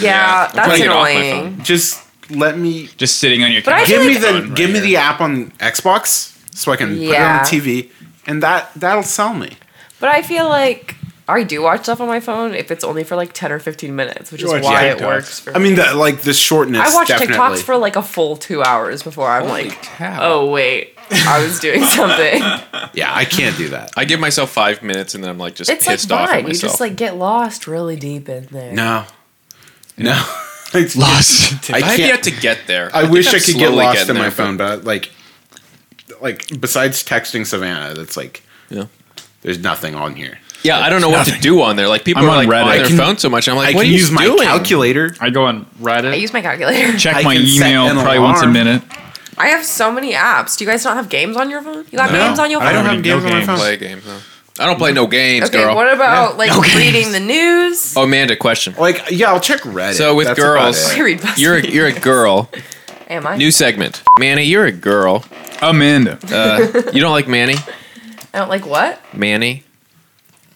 S7: Yeah, that's
S2: trying to get off my
S7: annoying.
S2: phone.
S3: Just let me
S5: Just sitting on your
S7: But I
S5: couch.
S7: feel
S3: give me
S7: like-
S3: the
S5: Phone right
S3: give me
S5: here.
S3: the app on Xbox so I can
S7: Yeah.
S3: put it on TV and that that'll sell me.
S7: But I feel like I do watch stuff on my phone if it's only for like 10 or 15 minutes, which
S3: watch
S7: is why
S3: TikToks.
S7: it works for
S3: I mean, the, like the shortness.
S7: I watch
S3: definitely.
S7: TikToks for like a full two hours before I'm like, oh wait, I was doing something.
S3: Yeah, I can't do that.
S2: I give myself five minutes and then I'm like just
S7: it's like
S2: pissed off at
S7: fine. You
S2: myself.
S7: just like get lost really deep in there.
S3: No, no. It's-
S5: Lost.
S3: I
S2: I've
S3: can't-
S2: yet to get there.
S3: I
S2: think
S3: wish
S2: I'm
S3: I could get
S2: slowly
S3: lost in
S2: getting
S3: my
S2: there, but-
S3: phone, but like, like besides texting Savannah, that's like
S2: Yeah.
S3: there's nothing on here.
S2: Yeah, I don't know what to
S5: Nothing.
S2: do on there. Like people
S5: I'm
S2: are
S5: on
S2: like
S5: Reddit.
S2: on their
S5: I can-
S2: phone so much. I'm like,
S3: I
S2: what are
S3: can
S2: you
S3: use my
S2: doing?
S3: calculator.
S5: I go on
S7: I
S5: Reddit,
S7: use my calculator.
S5: check
S3: I
S5: my
S3: can set
S5: email
S3: an
S5: probably
S3: alarm.
S5: once a minute.
S7: I have so many apps. Do you guys not have games on your phone? You got
S2: No,
S7: games on your phone?
S3: I don't have
S5: already
S3: games
S5: know
S3: on my
S5: games.
S3: phone.
S2: play games. Huh? I don't play no games,
S7: okay,
S2: girl.
S7: what about like
S5: No games.
S7: reading the news?
S2: oh, Amanda, question.
S3: Like, yeah, I'll check Reddit.
S2: So with
S3: That's about
S2: girls,
S3: it.
S7: I read BuzzFeed.
S2: you're a, you're a girl.
S7: Am I?
S2: New segment. Manny, you're a girl.
S5: Amanda.
S2: Uh, you don't like Manny?
S7: I don't like what?
S2: Manny?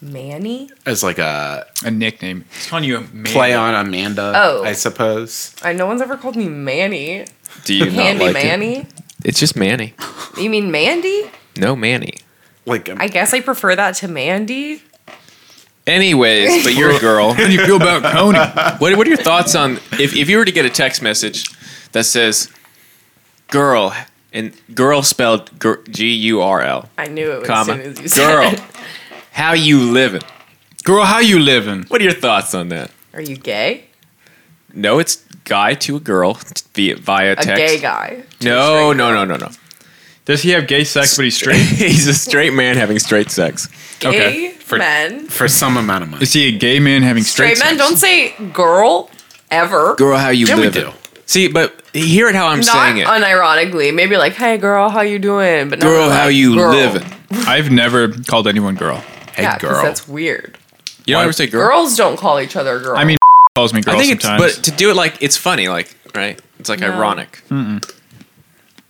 S7: Manny?
S3: as like a
S5: a nickname. It's calling you Amanda.
S3: play on Amanda,
S7: Oh.
S3: I suppose.
S7: I, no one's ever called me Manny.
S2: Do you not
S7: Handy
S2: like it?
S7: Manny?
S2: It's just Manny.
S7: You mean Mandy?
S2: No Manny.
S3: Like,
S7: I guess I prefer that to Mandy.
S2: Anyways, but you're a girl.
S5: How do you feel about Coney?
S2: What, what are your thoughts on if, if you were to get a text message that says girl and girl spelled gr- G U R L,
S7: I knew it was as soon
S2: comma,
S7: as you said
S2: girl,
S7: it.
S2: how you living?
S5: Girl, how you living?
S2: What are your thoughts on that?
S7: Are you gay?
S2: No, it's guy to a girl t- via, via
S7: A
S2: text.
S7: gay guy.
S2: No, no, no, no, no.
S5: Does he have gay sex but he's straight?
S2: He's a straight man having straight sex.
S7: Gay
S5: Okay,
S7: men.
S3: for some amount of money.
S5: Is he a gay man having straight,
S7: Straight men
S5: sex?
S7: don't say girl ever.
S2: Girl, how you
S3: Yeah, we
S2: living?
S3: do.
S2: See, but hear it how I'm
S7: Not
S2: saying it.
S7: unironically. Maybe like, hey girl, how you doing? But not
S2: girl,
S7: like,
S2: how you
S7: girl.
S2: living?
S5: I've never called anyone girl.
S3: Hey,
S7: yeah, 'cause
S3: girl.
S7: that's weird.
S2: You don't ever say girl.
S7: Girls don't call each other girl.
S5: I mean, calls me girl
S2: I think it's
S5: sometimes.
S2: but to do it like it's funny, like right? It's like
S7: No. Hmm.
S2: ironic.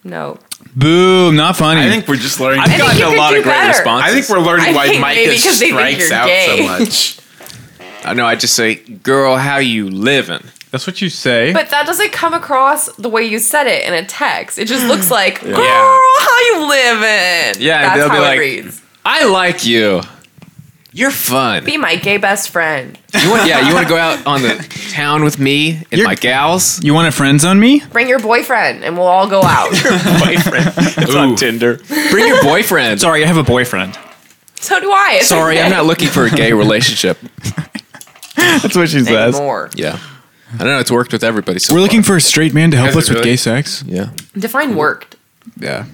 S7: no.
S5: Boo, not funny.
S3: I think we're just learning.
S2: I've
S7: think
S2: gotten
S7: you
S2: a
S7: could
S2: lot
S7: do
S2: of great
S7: better.
S2: responses.
S3: I think we're learning
S7: I
S3: why
S7: think maybe
S3: Micah
S7: 'cause they think
S3: strikes
S7: you're
S3: out
S7: gay.
S3: so much.
S2: I know. I just say, "Girl, how you living?"
S5: That's what you say.
S7: But that doesn't come across the way you said it in a text. It just looks like, girl,
S2: Yeah.
S7: how you living?
S2: Yeah,
S7: that's
S2: they'll be
S7: how
S2: like-
S7: it reads.
S2: I like you. You're fun.
S7: Be my gay best friend.
S2: You want, yeah, you want to go out on the town with me and my gals?
S5: you want to friends on me?
S7: Bring your boyfriend, and we'll all go out.
S2: It's on Tinder. Bring your boyfriend.
S5: Sorry, I have a boyfriend.
S7: so do I. It's
S2: Sorry, I'm
S7: okay.
S2: not looking for a gay relationship.
S5: That's what she says.
S7: anymore.
S2: Yeah, I don't know. It's worked with everybody. So
S5: We're looking
S2: far.
S5: for a straight man to help
S2: Guys are
S5: us with
S2: really-
S5: gay sex.
S2: Yeah.
S7: Define worked.
S5: Yeah.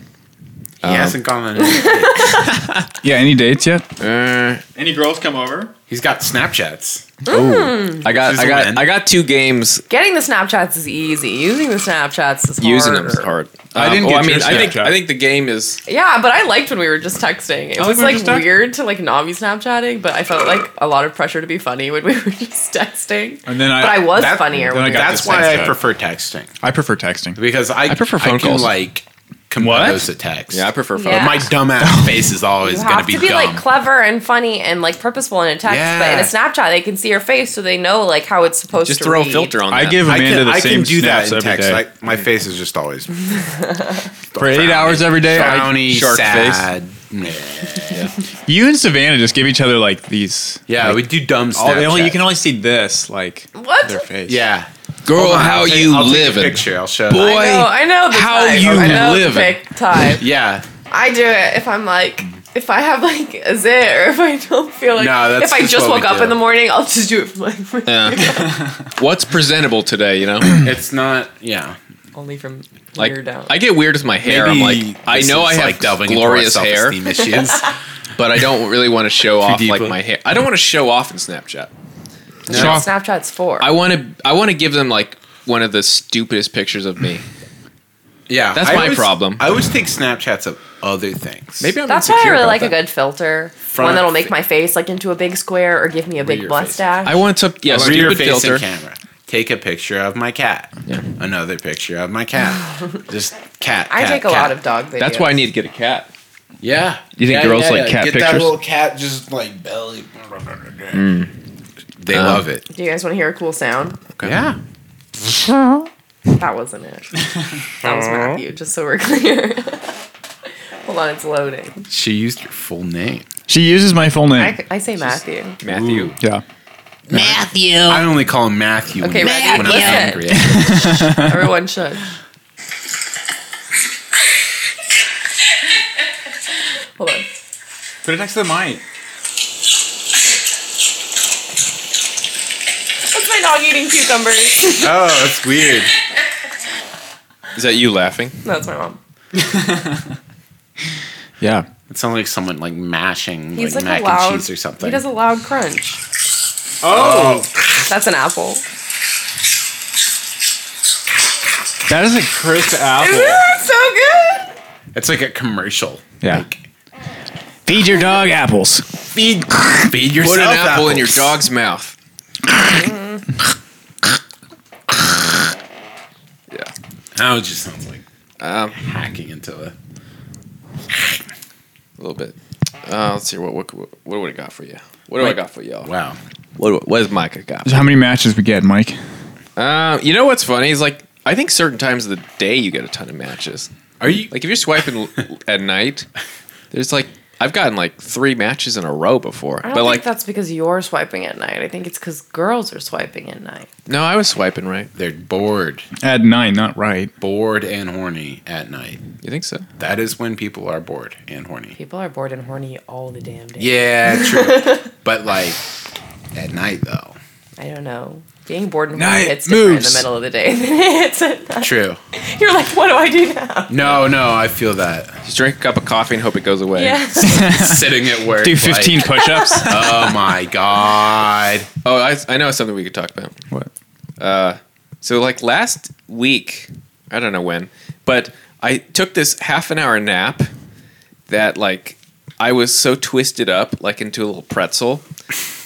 S3: He hasn't gone on. any-
S5: Yeah, any dates yet?
S2: Uh,
S5: Any girls come over?
S3: He's got Snapchats.
S2: Mm. I got,
S3: She's
S2: I
S3: a
S2: got,
S3: man.
S2: I got two games.
S7: Getting the Snapchats is easy. Using the Snapchats is
S2: Using them
S7: harder.
S2: is hard.
S5: I
S2: Um,
S5: didn't
S2: well,
S5: get
S2: I mean,
S5: your
S2: I think,
S5: Snapchat.
S2: I think the game is.
S7: Yeah, but I liked when we were just texting. It was
S5: Oh, we were
S7: like
S5: just text-
S7: weird to like not be Snapchatting, but I felt like a lot of pressure to be funny when we were just texting.
S5: And then I,
S7: But I was
S3: that-
S7: funnier.
S5: then
S7: When
S5: I
S7: we
S5: got
S7: were
S3: That's
S5: this
S3: why I
S5: Snapchat.
S3: prefer texting
S5: I prefer texting.
S3: because I,
S2: I prefer phone
S3: can,
S2: calls.
S3: Like compose a text.
S2: Yeah, I prefer phone.
S7: Yeah.
S3: My dumbass face is always
S7: You
S3: going
S7: have
S3: to be,
S7: to be
S3: dumb.
S7: like clever and funny and like purposeful in a text, but in
S3: Yeah.
S7: a Snapchat they can see your face, so they know like how it's supposed
S2: Just
S7: to.
S2: throw a
S7: read.
S2: filter on.
S5: I
S2: that.
S5: give
S9: I
S5: Amanda
S9: can,
S5: the
S9: I
S5: same
S9: can do
S5: snaps
S9: that in
S5: every
S9: text.
S5: day. Hmm.
S9: I, my face is just always
S5: For eight hours every day, I-
S3: Frowny,
S2: shark
S3: sad. Yeah,
S5: you and Savannah just give each other like these.
S3: yeah we do dumb
S5: All,
S3: stuff.
S5: oh, they only, you can only see this, like
S6: What?
S5: their face.
S3: yeah.
S9: girl, how
S3: Hey,
S9: you
S3: I'll take a
S9: living?
S3: picture. I'll show.
S9: Boy,
S6: I know, I know the
S9: how
S6: type.
S9: you
S6: I know
S9: living?
S6: The pick type.
S3: Yeah.
S6: I do it if I'm like if I have like a zit or if I don't feel like
S3: No, that's
S6: if I
S3: just
S6: just,
S3: what we
S6: woke up
S3: do.
S6: in the morning, I'll just do it from like
S2: Yeah. What's presentable today? You know,
S3: It's not. Yeah.
S6: only from
S2: like
S6: here down.
S2: I get weird with my hair. I'm
S3: Maybe
S2: like, I
S3: this
S2: know
S3: is,
S2: I have
S3: like, delving into our
S2: glorious hair,
S3: self-esteem Issues.
S2: but I don't really want to show off like
S3: deeply.
S2: my hair. I don't want to show off in Snapchat.
S6: That's
S5: No.
S6: what Snapchat's for.
S2: I want to. I want to give them like one of the stupidest pictures of me.
S3: yeah,
S2: That's
S3: I
S2: my
S3: always-
S2: problem.
S3: I always take Snapchats of other things.
S2: Maybe I'm
S7: That's why I
S2: insecure
S7: really
S2: about
S7: like
S2: that.
S7: a good filter, one
S3: Front
S7: that'll make my face like into a big square or give me a big
S3: your face.
S7: mustache.
S2: I want some. Yeah,
S3: Like rear
S2: stupid
S3: face in
S2: filter.
S3: camera. Take a picture of my cat.
S2: Yeah.
S3: Another picture of my cat. Just cat.
S6: I
S3: cat,
S6: take a
S3: cat.
S6: lot of dog videos.
S2: That's why I need to get a cat.
S3: Yeah.
S9: You think girls like cat
S3: Get that
S9: pictures?
S3: little cat just like belly. They
S2: Um,
S3: love it.
S6: Do you guys want to hear a cool sound?
S3: Yeah.
S6: That wasn't it. That was Matthew. Just so we're clear. Hold on, it's
S2: Hmm.
S6: loading.
S3: She used your full name.
S5: She uses my full name.
S6: I, I say Matthew.
S2: Matthew.
S5: yeah.
S3: I only call him Matthew when,
S6: Okay,
S3: he-
S6: ready?
S3: when I'm
S6: Listen.
S3: angry.
S6: Everyone should. Hold on.
S5: Put it next to the mic.
S6: That's my dog eating cucumbers.
S3: oh, that's weird.
S2: Is that you laughing?
S6: That's my mom.
S5: Yeah.
S3: It sounds like someone like mashing
S6: He's
S3: like,
S6: like,
S3: mac
S6: a loud.
S3: and cheese or something.
S6: He does a loud crunch.
S3: oh,
S6: That's an apple.
S5: That is a crisp
S6: Isn't
S5: apple.
S6: that so good?
S3: it's like a commercial.
S5: Yeah. Feed your dog apples.
S3: Feed, feed yourself
S2: Put an apple in
S3: apples.
S2: your dog's mouth.
S3: Oh, it just sounds like
S2: Um,
S3: hacking into a.
S2: a little bit. Uh, let's see what what what what I got for you. What do I got for y'all?
S3: Wow.
S2: What what has Micah got?
S5: So how many matches we get, Mike?
S2: Um, you know what's funny is like I think certain times of the day you get a ton of matches.
S3: Are you?
S2: Like if you're swiping l- at night, there's like I've gotten like three matches in a row before.
S7: I don't
S2: But
S7: think
S2: like
S7: that's because you're swiping at night. I think it's because girls are swiping at night.
S2: no, I was swiping right.
S3: They're bored,
S5: At nine, not right.
S3: bored and horny at night.
S2: You think so?
S3: That is when people are bored and horny.
S7: People are bored and horny all the damn day.
S3: Yeah, true. but like at night though.
S7: I don't know. Being bored and
S5: Night
S7: horny, it's different in
S5: moves.
S7: the middle of the day. than it's at night.
S3: True.
S7: You're like, what do I do now?
S3: No, no, I feel that.
S2: Just drink a cup of coffee and hope it goes away.
S7: Yeah.
S3: Sitting at work.
S5: Do 15
S3: like,
S5: push-ups.
S3: oh my god.
S2: Oh, I I know something we could talk about.
S5: what?
S2: So like last week, I don't know when, but I took this half an hour nap that like I was so twisted up like into a little pretzel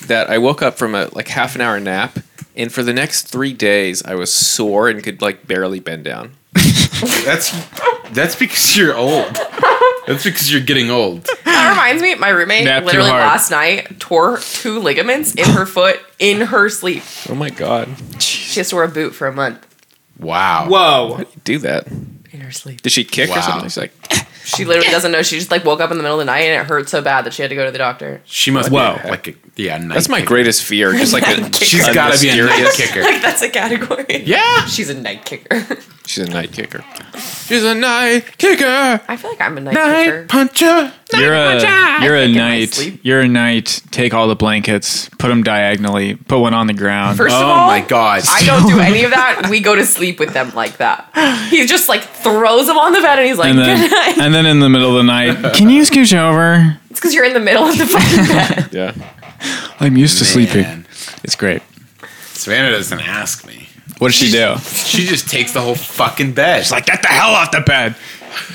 S2: that I woke up from a like half an hour nap and for the next 3 days I was sore and could like barely bend down.
S3: That's that's because you're old. That's because you're getting old.
S6: That reminds me, my roommate
S5: Nap too
S6: literally
S5: hard.
S6: last night tore two ligaments in her foot in her sleep.
S2: Oh my god.
S6: She has to wear a boot for a month
S3: Wow.
S5: Whoa.
S2: Do that.
S6: in her sleep.
S2: Did she kick or
S3: Wow.
S2: something? She's like
S6: She literally doesn't know. She just like woke up in the middle of the night and it hurt so bad that she had to go to the doctor.
S3: She must
S5: Whoa.
S3: be like a, yeah, night
S2: that's my
S3: kicker.
S2: greatest fear. Just like a,
S3: She's
S2: a
S3: gotta be a night
S2: mysterious-
S3: kicker.
S6: Like that's a category.
S3: Yeah.
S6: She's a night kicker.
S2: She's a night kicker. She's a night kicker.
S6: I feel like I'm a night, kicker.
S3: Night puncher.
S5: You're a you're a
S6: Like in my
S5: knight.
S6: sleep.
S5: You're a knight. Take all the blankets, put them diagonally, put one on the ground.
S6: First of
S3: Oh
S6: all,
S3: my god.
S6: I don't do any of that. We go to sleep with them like that. He just like throws them on the bed and he's like,
S5: and then
S6: "Good night."
S5: and then in the middle of the night, can you scooch over?
S6: It's because you're in the middle of the fucking bed.
S2: Yeah.
S5: I'm used to sleeping.
S3: Man,
S5: It's great.
S3: Savannah doesn't ask me.
S5: What does she do?
S3: She just takes the whole fucking bed.
S5: like get the hell off the bed.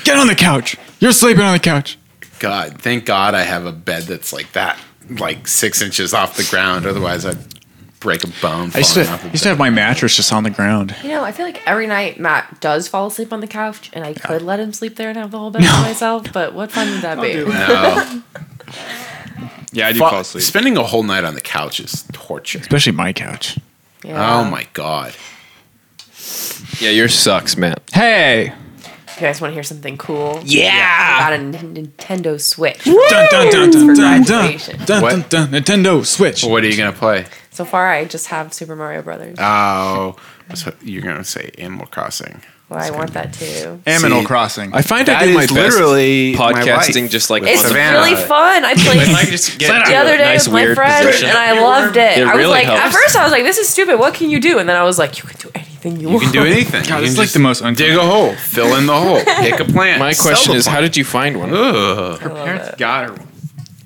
S5: Get on the couch. You're sleeping on the couch.
S3: God, thank God I have a bed that's like that, like six inches off the ground. Otherwise, I'd break a bone.
S5: I used to,
S3: falling off a
S5: used to have my mattress just on the ground.
S7: You know, I feel like every night Matt does fall asleep on the couch, and I could let him sleep there and have the whole bed to myself. But what fun would that be?
S3: No.
S2: Yeah, I do fall
S3: Fa-
S2: asleep.
S3: Spending a whole night on the couch is torture.
S5: Especially my couch.
S7: Yeah.
S3: Oh my god.
S2: Yeah, yours sucks, Matt.
S5: Hey!
S7: You guys want to hear something cool?
S1: Yeah.
S7: About a N- Nintendo Switch.
S5: Dun, dun, dun, dun, dun, dun,
S7: Congratulations.
S5: dun, dun,
S3: What?
S5: dun, Nintendo Switch.
S3: What are you gonna play?
S7: So far, I just have Super Mario Brothers.
S2: Ah,
S3: Oh, that's what you're gonna say Animal Crossing.
S7: well, I want that too.
S5: Aminal
S3: See,
S5: Crossing.
S2: I find
S3: That
S2: I do my
S3: is
S2: best
S3: literally my
S2: podcasting
S3: life
S2: just like
S3: with
S7: It's
S2: on the
S3: Savannah.
S7: really fun. I
S2: If I
S7: played
S2: could just get
S7: the
S2: to a
S7: other day
S2: nice,
S7: with my
S2: weird
S7: friend,
S2: position.
S7: and I loved it. I was
S2: really
S7: like, at
S2: helps.
S7: first, I was like, "This is stupid. What can you do?" And then I was like, "You can do anything you,
S3: You
S7: want."
S3: can do anything.
S5: God,
S3: you can
S5: this is like
S3: just
S5: the most un-
S3: dig a hole, fill in the hole, pick a plant.
S2: My
S3: sell
S2: question
S3: the
S2: is, how
S3: plant.
S2: did you find one?
S3: Ugh.
S7: I love
S5: Parents
S7: it.
S5: got her one.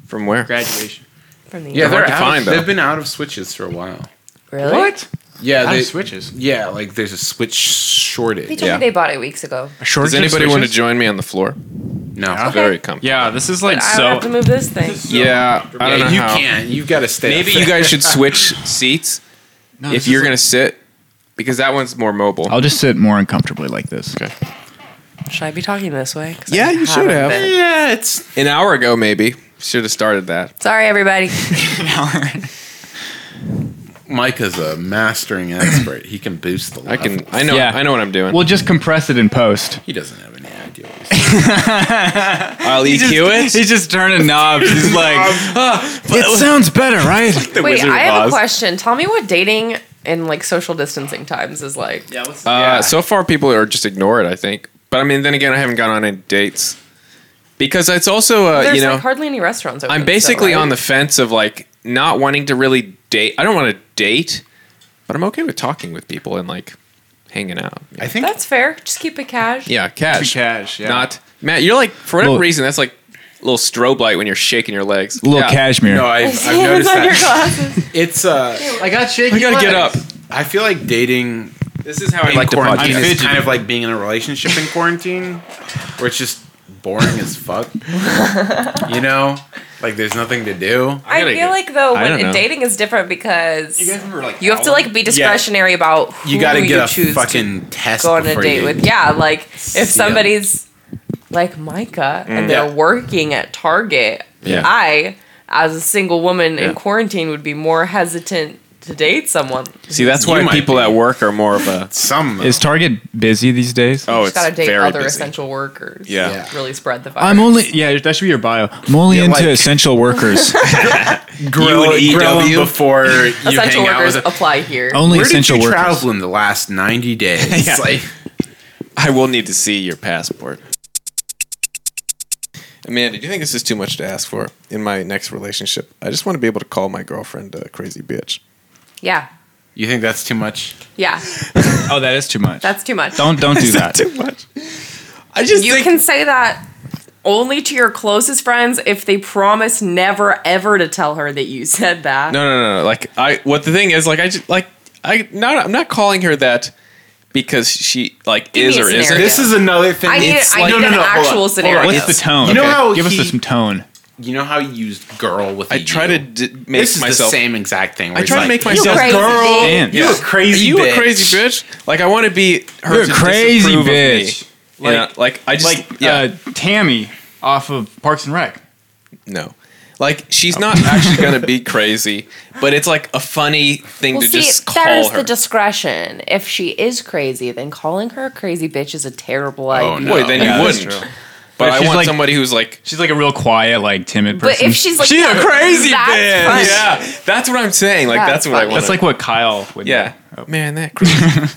S2: From where?
S5: graduation.
S7: From the
S3: Yeah,
S2: They're hard
S3: they're
S2: to
S3: out.
S2: find, though.
S3: they've been out of switches for a while.
S7: really?
S3: Yeah,
S5: Out
S3: they,
S5: of switches.
S3: yeah, like there's a switch
S7: They
S3: shortage.
S7: told
S2: Yeah.
S7: me they bought it weeks ago.
S2: Does anybody want to join me on the floor?
S3: No,
S5: Yeah.
S2: Very comfortable.
S5: Yeah, this is like
S7: I
S5: so.
S7: would have to move this thing.
S2: Yeah, I don't
S3: Yeah,
S2: know
S3: you
S2: how.
S3: can't. You've got to stay.
S2: Maybe
S3: up
S2: you
S3: there.
S2: guys should switch seats
S5: No,
S2: if
S5: this
S2: you're
S5: is
S2: gonna
S5: like-
S2: sit, because that one's more mobile.
S5: I'll just sit more uncomfortably like this.
S2: okay.
S7: Should I be talking this way? 'Cause
S2: Yeah,
S7: I
S2: you should
S7: haven't
S2: have.
S7: been.
S3: Yeah, it's
S2: An hour ago, maybe should have started that.
S7: Sorry, everybody.
S3: Micah's a mastering expert. He can boost the. Level.
S2: I can. I know.
S5: Yeah.
S2: I know what I'm doing.
S5: We'll just compress it in post.
S3: He doesn't have any idea. What he's doing.
S2: I'll
S5: just,
S2: EQ it.
S5: He's just turning knobs. He's like, "Ah, it sounds better, right?
S7: Wait, I have a question. Tell me what dating and like social distancing times is like. Yeah.
S2: Uh, so far, people are just ignore it. I think. But I mean, then again, I haven't gone on any dates because it's also uh,
S7: There's
S2: you know
S7: like hardly any restaurants open.
S2: I'm basically
S7: so,
S2: on
S7: like,
S2: the fence of like not wanting to really date. I don't want to date, but I'm okay with talking with people and like hanging out.
S3: I think
S7: That's fair. Just keep it cash.
S2: Yeah, cash.
S5: cash, yeah.
S2: Not Matt. You're like for whatever
S5: Little-
S2: reason. That's like a little strobe light when you're shaking your legs.
S5: Little
S2: Yeah.
S5: cashmere.
S3: no. I've, I've noticed
S7: Under
S3: that.
S7: glasses.
S3: It's uh.
S5: I got shaky.
S2: I gotta get up.
S3: I feel like dating
S2: This is how I
S3: in
S2: like to
S3: quarantine
S5: podcast.
S2: podcast.
S3: is kind of like being in a relationship in quarantine, where it's just boring as fuck. you know, like there's nothing to do.
S7: I
S2: gotta
S7: feel
S2: get-
S7: like though
S2: I don't know.
S7: when dating is different because you,
S5: remember like
S7: have to like be discretionary about who
S3: You got to
S7: you
S3: get a
S7: choose to
S3: fucking test
S7: go on a
S3: before
S7: date
S3: you-
S7: with. Yeah, like if
S3: See 'em.
S7: somebody's like Micah and they're
S3: Yeah.
S7: working at Target,
S2: Mm. Yeah.
S7: I as a single woman
S2: Yeah.
S7: in quarantine would be more hesitant to date someone.
S2: See, that's
S3: You
S2: why
S3: might
S2: people
S3: be.
S2: at work are more of a.
S3: Some
S5: Is Target busy these days?
S2: Oh,
S7: Just
S2: it's
S7: gotta date
S2: very
S7: other
S2: busy.
S7: essential workers.
S2: Yeah.
S3: Yeah.
S7: really spread the virus.
S5: I'm only yeah. That should be your bio. I'm only
S3: Yeah,
S5: into
S3: like-
S5: essential workers.
S3: grill,
S2: and
S3: grill 'em
S2: EW?
S3: before you
S7: essential
S3: hang out
S7: workers
S3: with. A,
S7: apply here.
S5: only
S3: where did
S5: essential
S3: you
S5: workers.
S3: travel in the last ninety days?
S5: Yeah.
S3: Like,
S2: I will need to see your passport. Amanda, do you think this is too much to ask for in my next relationship? I just want to be able to call my girlfriend a crazy bitch.
S7: Yeah,
S3: you think that's too much?
S7: yeah,
S5: Oh, that is too much.
S7: that's too much.
S5: don't don't do that.
S2: Too much. I just
S7: you
S2: think
S7: can say that only to your closest friends if they promise never ever to tell her that you said that.
S2: No, no, no, no. Like I, what the thing is, like I just like I not I'm not calling her that because she like
S7: Give me
S2: is
S7: a
S2: or isn't.
S7: scenario.
S3: This is another thing.
S7: I need,
S3: It's
S7: I
S3: like-
S7: need
S3: no, no,
S7: an
S3: no, hold on,
S7: actual
S3: hold on.
S7: scenario.
S5: What's the tone?
S3: You know how
S5: Give
S3: he-
S5: us some tone.
S3: You know how you used girl with.
S2: I
S3: a
S2: try to
S3: you?
S2: d- make
S3: this is
S2: myself.
S3: the same exact thing. where
S2: I
S3: he's
S2: try to
S3: like,
S2: make
S3: "You
S2: myself
S7: crazy
S2: girl.
S7: bitch."
S5: And
S3: You a crazy
S2: You
S3: bitch.
S2: a crazy bitch? Like I want to be her.
S5: You're a
S2: to
S5: crazy
S2: disapprove of me.
S5: bitch.
S2: You know,
S5: Like-
S2: like I just
S5: like
S2: yeah
S5: uh, Tammy off of Parks and Rec.
S2: no. Like she's not actually gonna be crazy, but it's like a funny thing to just call her.
S7: discretion. If she is crazy, then calling her a crazy bitch is a terrible idea.
S3: no.
S2: Boy, then
S5: Yeah,
S2: you
S5: that's
S2: wouldn't.
S5: true.
S2: But
S5: But
S2: I
S5: she's
S2: want
S5: like-
S2: somebody who's like
S5: She's like a real quiet, like timid person.
S7: But if she's like,
S2: She's a
S7: "No,
S2: crazy
S7: that's
S2: bitch.
S7: funny."
S2: Yeah, that's what I'm saying. Like
S7: That's
S2: that's, what I
S7: funny.
S2: want.
S5: that's like what Kyle would.
S2: yeah.
S5: do.
S2: Man, that. Crazy.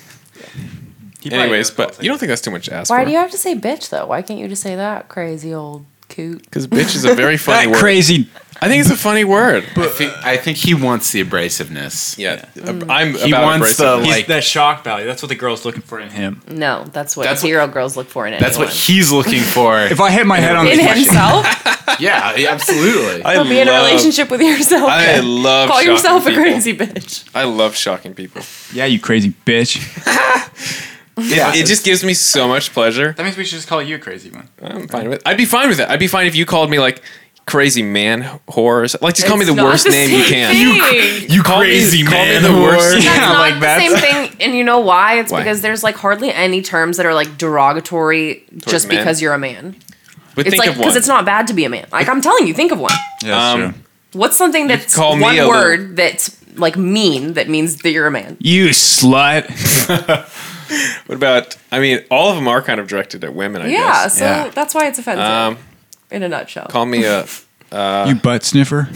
S5: He probably
S2: Anyways,
S5: would
S2: but
S5: also-
S2: you don't think that's too much to ask
S7: Why
S2: for?
S7: do you have to say bitch though? Why can't you just say that crazy old coot?
S2: Because bitch is a very funny
S5: that
S2: word.
S5: crazy.
S2: I think it's a funny word.
S3: I think, I think he wants the abrasiveness.
S2: Yeah,
S7: Mm.
S2: I'm.
S3: He
S2: about
S3: wants the,
S2: abrasiveness.
S5: He's
S3: Like-
S5: that shock value. That's what the girl's looking for in him.
S7: No, that's what
S3: That's what-
S7: zero girls look for in anyone.
S3: That's what he's looking for.
S5: If I hit my head on
S7: in
S5: this question,
S7: himself.
S3: yeah, absolutely.
S2: I
S7: Or be in a
S2: love-
S7: relationship with yourself.
S2: I love
S7: Call
S2: shocking
S7: yourself a
S2: people.
S7: crazy bitch.
S2: I love shocking people.
S5: yeah, you crazy bitch.
S3: yeah,
S2: It just gives me so much pleasure.
S5: That means we should just call you a crazy one.
S2: I'm fine with. I'd be fine with it. I'd be fine if you called me like crazy man whores. Like, just call me
S6: It's
S2: the
S6: not
S2: worst
S6: the
S2: name you
S6: same
S2: can.
S6: thing.
S2: You call
S5: crazy
S2: me, call
S5: man
S2: me the worst. Yeah.
S5: whore.
S7: That's
S5: Yeah,
S7: not
S5: like
S7: the
S5: that's-
S7: same thing, and you know why? It's
S2: Why?
S7: because there's like hardly any terms that are like derogatory just
S2: men?
S7: because you're a man.
S2: But
S7: It's
S2: think
S7: like
S2: of one.
S7: because it's not bad to be a man. Like I'm telling you, think of one.
S5: Yeah,
S2: Um,
S5: that's true.
S7: What's something that's
S2: call me
S7: one
S2: a little-
S7: word that's like mean that means that you're a man?
S5: You slut.
S2: what about? I mean, all of them are kind of directed at women. I
S7: yeah,
S2: guess.
S7: so
S5: yeah.
S7: that's why it's offensive.
S2: Um,
S7: in a nutshell,
S2: call me a.
S5: you butt sniffer.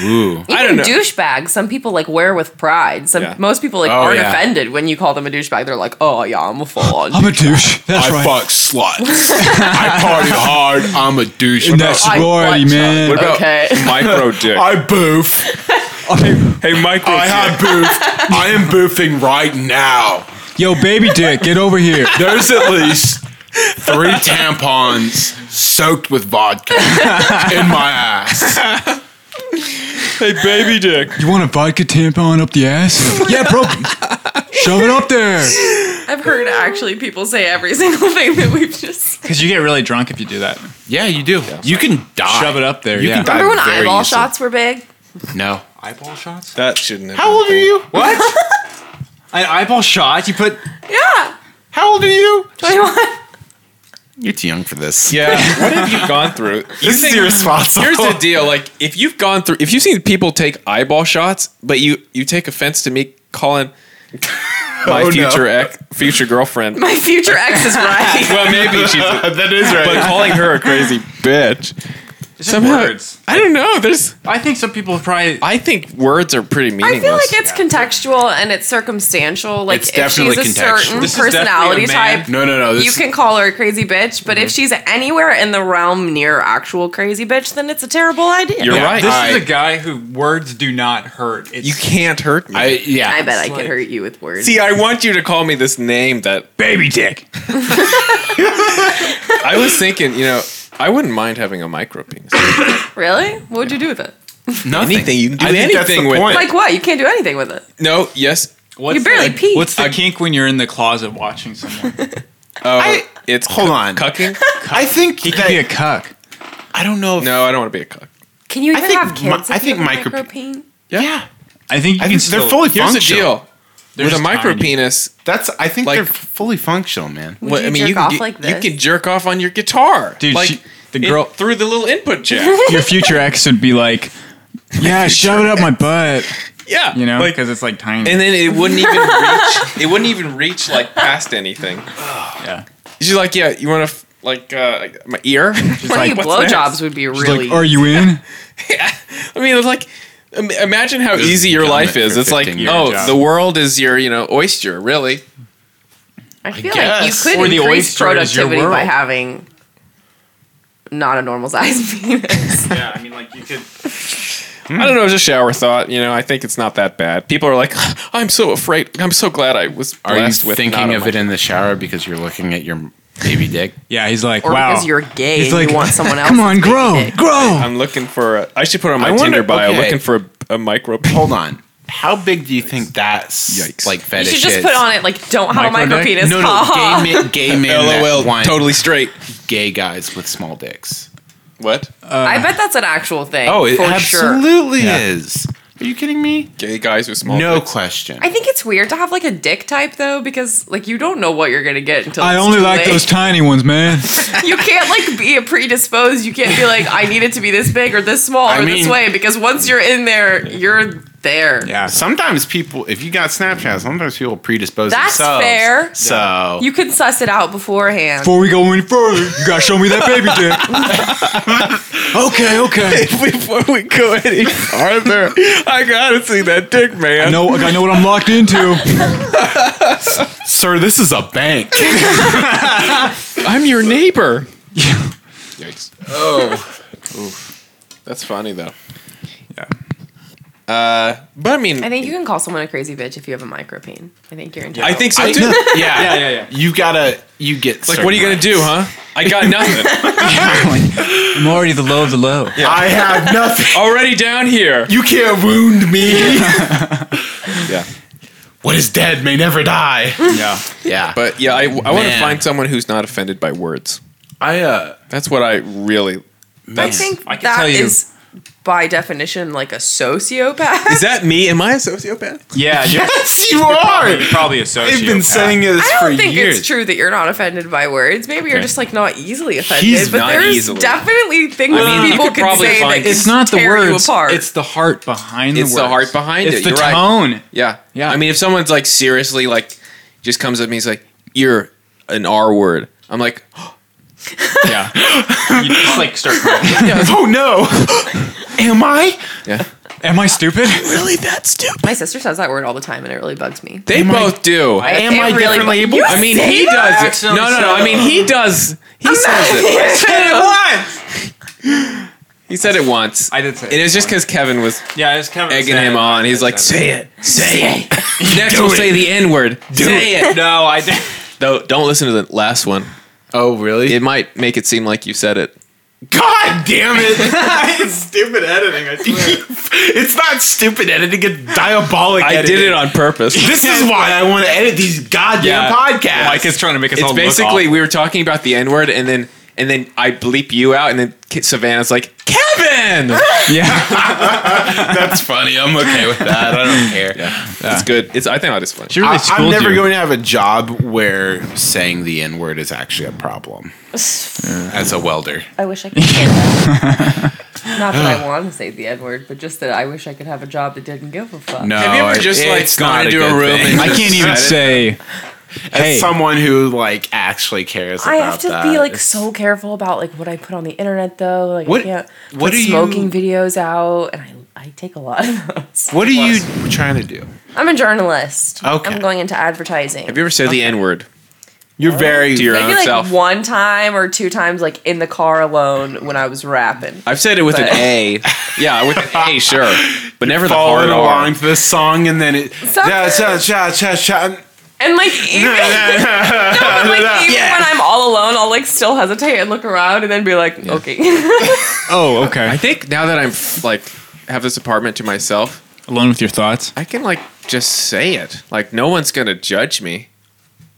S3: Ooh.
S7: even
S2: don't know.
S7: douchebag. Some people like wear with pride. Some
S2: Yeah.
S7: most people like
S3: Oh,
S7: aren't
S3: yeah.
S7: offended when you call them a douchebag. They're like, oh yeah, I'm a full on.
S5: I'm a douche. That's
S3: I
S5: right.
S3: fuck sluts. I party hard. I'm a douche.
S5: In that sorority, man.
S2: What about
S7: Okay.
S2: micro dick?
S3: I boof.
S2: hey, micro.
S3: I have boofed. I am boofing right now.
S5: Yo, baby dick, get over here.
S3: There's at least three tampons soaked with vodka in my ass.
S2: hey, baby dick.
S5: You want a vodka tampon up the ass? yeah, bro. Shove it up there.
S6: I've heard actually people say every single thing that we've just.
S5: Because you get really drunk if you do that.
S3: Yeah, you do. You can die.
S5: Shove it up there.
S3: You
S5: yeah.
S3: can die.
S7: Remember when
S3: very
S7: eyeball
S3: easily.
S7: shots were big?
S3: No. Eyeball shots?
S2: That shouldn't. Have
S3: How old are you? What?
S5: An eyeball shot. You put.
S7: Yeah,
S3: How old are you?
S7: 21.
S9: You're too young for this.
S2: Yeah. what have you gone through? You
S9: This is
S2: think-
S9: irresponsible.
S2: Here's the deal: like, if you've gone through, if you've seen people take eyeball shots, but you you take offense to me calling my
S9: no.
S2: future ex, future girlfriend.
S7: My future ex is right.
S2: well, maybe she's, a-
S9: that is right.
S2: but calling her a crazy bitch. Somehow, I don't know. There's,
S5: I think some people probably.
S2: I think words are pretty
S7: I
S2: meaningless.
S7: feel like it's contextual and it's circumstantial. Like
S3: It's
S7: if she's
S3: definitely
S7: a certain
S3: contextual. This
S5: is definitely a
S7: personality
S5: man.
S7: type,
S3: No, no, no. This
S7: you can call her a crazy bitch. But
S5: Mm-hmm.
S7: if she's anywhere in the realm near actual crazy bitch, then it's a terrible idea.
S2: You're right.
S5: This
S3: I-
S5: is a guy who words do not hurt. It's
S2: you can't hurt me.
S3: I, uh, yeah.
S7: I bet I
S5: like-
S7: could hurt you with words.
S2: See, I want you to call me this name that
S5: baby dick.
S2: I was thinking. You know, I wouldn't mind having a micro penis.
S7: really? What would you do with it?
S3: Nothing.
S2: Anything you can do
S3: I think
S2: anything
S3: that's the
S2: with.
S3: point.
S7: Like what? You can't do anything with it.
S2: No, yes.
S5: What's
S7: you barely
S5: the,
S7: pee.
S5: What's the kink when you're in the closet watching someone?
S2: Oh, it's
S9: Hold
S2: cu-
S9: on.
S2: Cucking?
S9: I think
S5: He could
S9: that-
S5: be a cuck.
S9: I don't know. If,
S2: No, I don't want to be a cuck.
S7: Can you
S9: I
S7: even
S9: think
S7: have kids?
S9: mi-
S7: if
S9: I
S7: you
S9: think
S7: have
S9: micro-
S7: micropeen?
S9: Yeah.
S5: I think you
S9: I
S5: can
S9: think they're
S5: still-
S9: fully
S2: Here's the
S9: functional.
S2: deal. With a
S5: just
S2: micro
S5: tiny.
S2: penis,
S9: That's. I think
S2: Like-
S9: they're fully functional, man.
S7: Would
S2: what-
S7: you
S2: I mean,
S7: jerk
S2: you can
S7: off
S2: get-
S7: like
S2: you
S7: this?
S2: can jerk off on your guitar,
S5: Dude,
S2: Like
S5: she- the girl-
S2: it, through the little input jack.
S5: Your future ex would be like, "Yeah, shove it up my butt,"
S2: yeah,
S5: you know,
S2: like,
S5: because it's like tiny.
S2: and then it wouldn't even reach. It wouldn't even reach like past anything.
S5: yeah.
S2: She's like, yeah, you want to f- like uh, like, my ear?
S7: Plenty
S5: like,
S7: of
S2: what's
S7: blowjobs would be
S5: She's
S7: really.
S5: like, "Are you in?"
S2: I mean, it's like. im- Imagine how
S9: is
S2: easy your
S9: government
S2: life is.
S9: for
S2: It's like,
S9: 15-year
S2: oh,
S5: job.
S2: the world is your, you know, oyster, really.
S7: I feel
S9: guess.
S7: like you
S5: Or
S7: could
S5: the
S7: increase
S5: oyster is your
S7: productivity by
S5: world.
S7: having not a normal size penis.
S5: Yeah, I mean, like you could.
S2: I don't know, it's a shower thought. You know, I think it's not that bad. People are like, I'm so afraid. I'm so glad I was
S3: Are you
S2: blessed with
S3: thinking
S2: not a
S3: of
S2: mic-
S3: it in the shower because you're looking at your baby dick?
S5: Yeah, he's like,
S7: or
S5: "Wow."
S7: because you're gay
S5: He's
S7: and
S5: like,
S7: you want someone else.
S5: Come on, grow,
S7: dick.
S5: grow.
S2: I'm looking for. A, I should put on my
S3: I wonder-
S2: Tinder bio.
S3: okay.
S2: Looking for a, a micro. penis.
S9: Hold on.
S3: How big do you think that's
S2: Yikes.
S3: like
S7: You
S3: fetish?
S7: should just
S3: is?
S7: put on it like don't have a
S5: Micro
S7: micro
S5: dick?
S7: penis.
S3: No, no, gay men, gay men that
S2: LOL.
S3: want
S2: Totally straight.
S3: gay guys with small dicks.
S2: What?
S7: I bet that's an actual thing.
S3: Oh,
S7: for sure.
S3: absolutely is. Are you kidding me?
S2: Gay guys with small.
S3: no
S2: dicks.
S3: question.
S7: I think it's weird to have like a dick type though, because like you don't know what you're gonna get until
S5: I
S7: it's
S5: only
S7: too
S5: like
S7: late.
S5: those tiny ones, man.
S7: you can't like be a predisposed. You can't be like I need it to be this big or this small
S3: I
S7: or this
S3: mean-
S7: way because once you're in there, you're there.
S5: Yeah.
S9: Sometimes people, if you got Snapchat, sometimes people predispose
S7: That's
S9: themselves.
S7: fair.
S9: So
S7: You can suss it out beforehand.
S5: Before we go any further, you gotta show me that baby dick. okay, okay.
S2: Before we go any farther, I gotta see that dick, man.
S5: No, I know what I'm locked into.
S9: sir, this is a bank.
S2: I'm your neighbor. Yikes. Oh. That's funny though. Uh,
S5: Yeah.
S2: But I mean,
S7: I think you can call someone a crazy bitch if you have a micropene. I think you're in
S2: I
S7: trouble.
S2: think so too.
S3: yeah.
S5: Yeah, yeah, yeah.
S3: You gotta. You get.
S2: like, what are you gonna do, huh? I got nothing.
S5: I'm already the low of the low.
S9: I have nothing.
S2: Already down here.
S9: You can't wound me.
S2: Yeah.
S9: what is dead may never die.
S5: Yeah.
S3: Yeah. But
S2: But yeah, I, I want to
S3: Man.
S2: find someone who's not offended by words.
S3: I uh
S2: That's what I really
S7: I
S2: That's,
S7: think
S2: I can
S7: that
S2: tell you.
S7: is by definition like a sociopath.
S2: is that me? Am I a sociopath?
S5: Yeah, you're,
S3: Yes, you are.
S5: you're probably a sociopath.
S3: They've been saying this
S7: I
S3: for
S7: don't think
S3: years.
S7: it's true that you're not offended by words. Maybe you're
S2: Okay.
S7: just like not easily offended.
S2: He's
S7: but
S2: not
S7: there's
S2: easily.
S7: definitely things
S2: mean, you
S7: people
S2: could
S7: can
S2: probably
S7: say that
S2: find-
S7: can
S5: It's not the
S7: tear you
S5: words.
S7: apart.
S5: It's the heart behind the words.
S2: It's the heart behind
S5: it's
S2: it,
S5: the
S2: you're right.
S5: tone.
S2: Yeah.
S5: Yeah.
S2: I mean, if someone's like seriously like just comes at me, he's like, "You're an R word." I'm like,
S5: Yeah. you just like start crying.
S3: oh no! Am I?
S2: yeah.
S5: Am I stupid?
S2: really that stupid?
S7: My sister says that word all the time, and it really bugs me.
S2: They both do. I,
S7: Am I differently able?
S2: mean, he does. It. No,
S5: accidentally
S2: no, no.
S5: said
S2: I mean, he does. He says it. He said it once.
S5: I did say
S2: It was just because Kevin was
S5: Yeah, it's Kevin
S2: egging
S5: said
S2: him
S5: it.
S2: on. He's like, "Say it, say it." Next, we'll say the N word. Say it.
S5: No, I did.
S2: No, don't listen to the last one.
S3: Oh really?
S2: It might make it seem like you said it.
S3: God damn it!
S5: it's stupid editing. I swear.
S3: it's not stupid editing. It's diabolic.
S2: I
S3: editing.
S2: did it on purpose.
S3: This is why I want to edit these goddamn
S5: Yeah.
S3: podcasts.
S5: Mike is trying to make us
S3: Oh,
S2: it's
S5: all
S2: basically
S5: look
S2: we were talking about the N word, and then and then I bleep you out, and then K- Savannah's like Kevin.
S5: awful. yeah.
S3: That's funny. I'm okay with that. I don't care.
S2: It's good. It's I think that is fun.
S5: She really
S3: I,
S5: schooled
S3: I'm never
S5: you.
S3: going to have a job where saying the N word is actually a problem. As a welder,
S7: I wish I could. say that. Not that I want to say the N word, but just that I wish I could have a job that didn't give a fuck.
S3: no.
S2: Have you ever
S3: it-
S2: just, like,
S3: it's
S2: gone
S3: not
S2: into a
S3: good
S2: room
S3: thing.
S2: and-
S5: I can't even say.
S3: As
S5: Hey.
S3: someone who like actually cares.
S7: I
S3: about
S7: have to
S3: that,
S7: be like
S3: it's-
S7: so careful about like what I put on the internet though. Like
S3: What-
S7: I can't
S3: what
S7: put
S3: are you-
S7: smoking videos out, and I I take a lot of those.
S3: What are you trying to do?
S7: I'm a journalist.
S3: Okay.
S7: I'm going into advertising.
S2: Have you ever said the N word?
S3: You're very.
S2: To your own
S7: Maybe like
S2: self.
S7: one time or two times, like in the car alone when I was rapping.
S2: I've said it with an
S7: But-
S2: A. Yeah, with an A, sure, but never the hard
S3: following along
S2: R.
S3: to this song, and then it. Yeah, cha cha cha cha.
S7: And like even, No, but, like, even when I'm all alone, I'll like still hesitate and look around and then be like, okay.
S5: Oh, okay.
S2: I think now that I'm like have this apartment to myself,
S5: Alone with your thoughts.
S2: I can like just say it. Like no one's gonna judge me.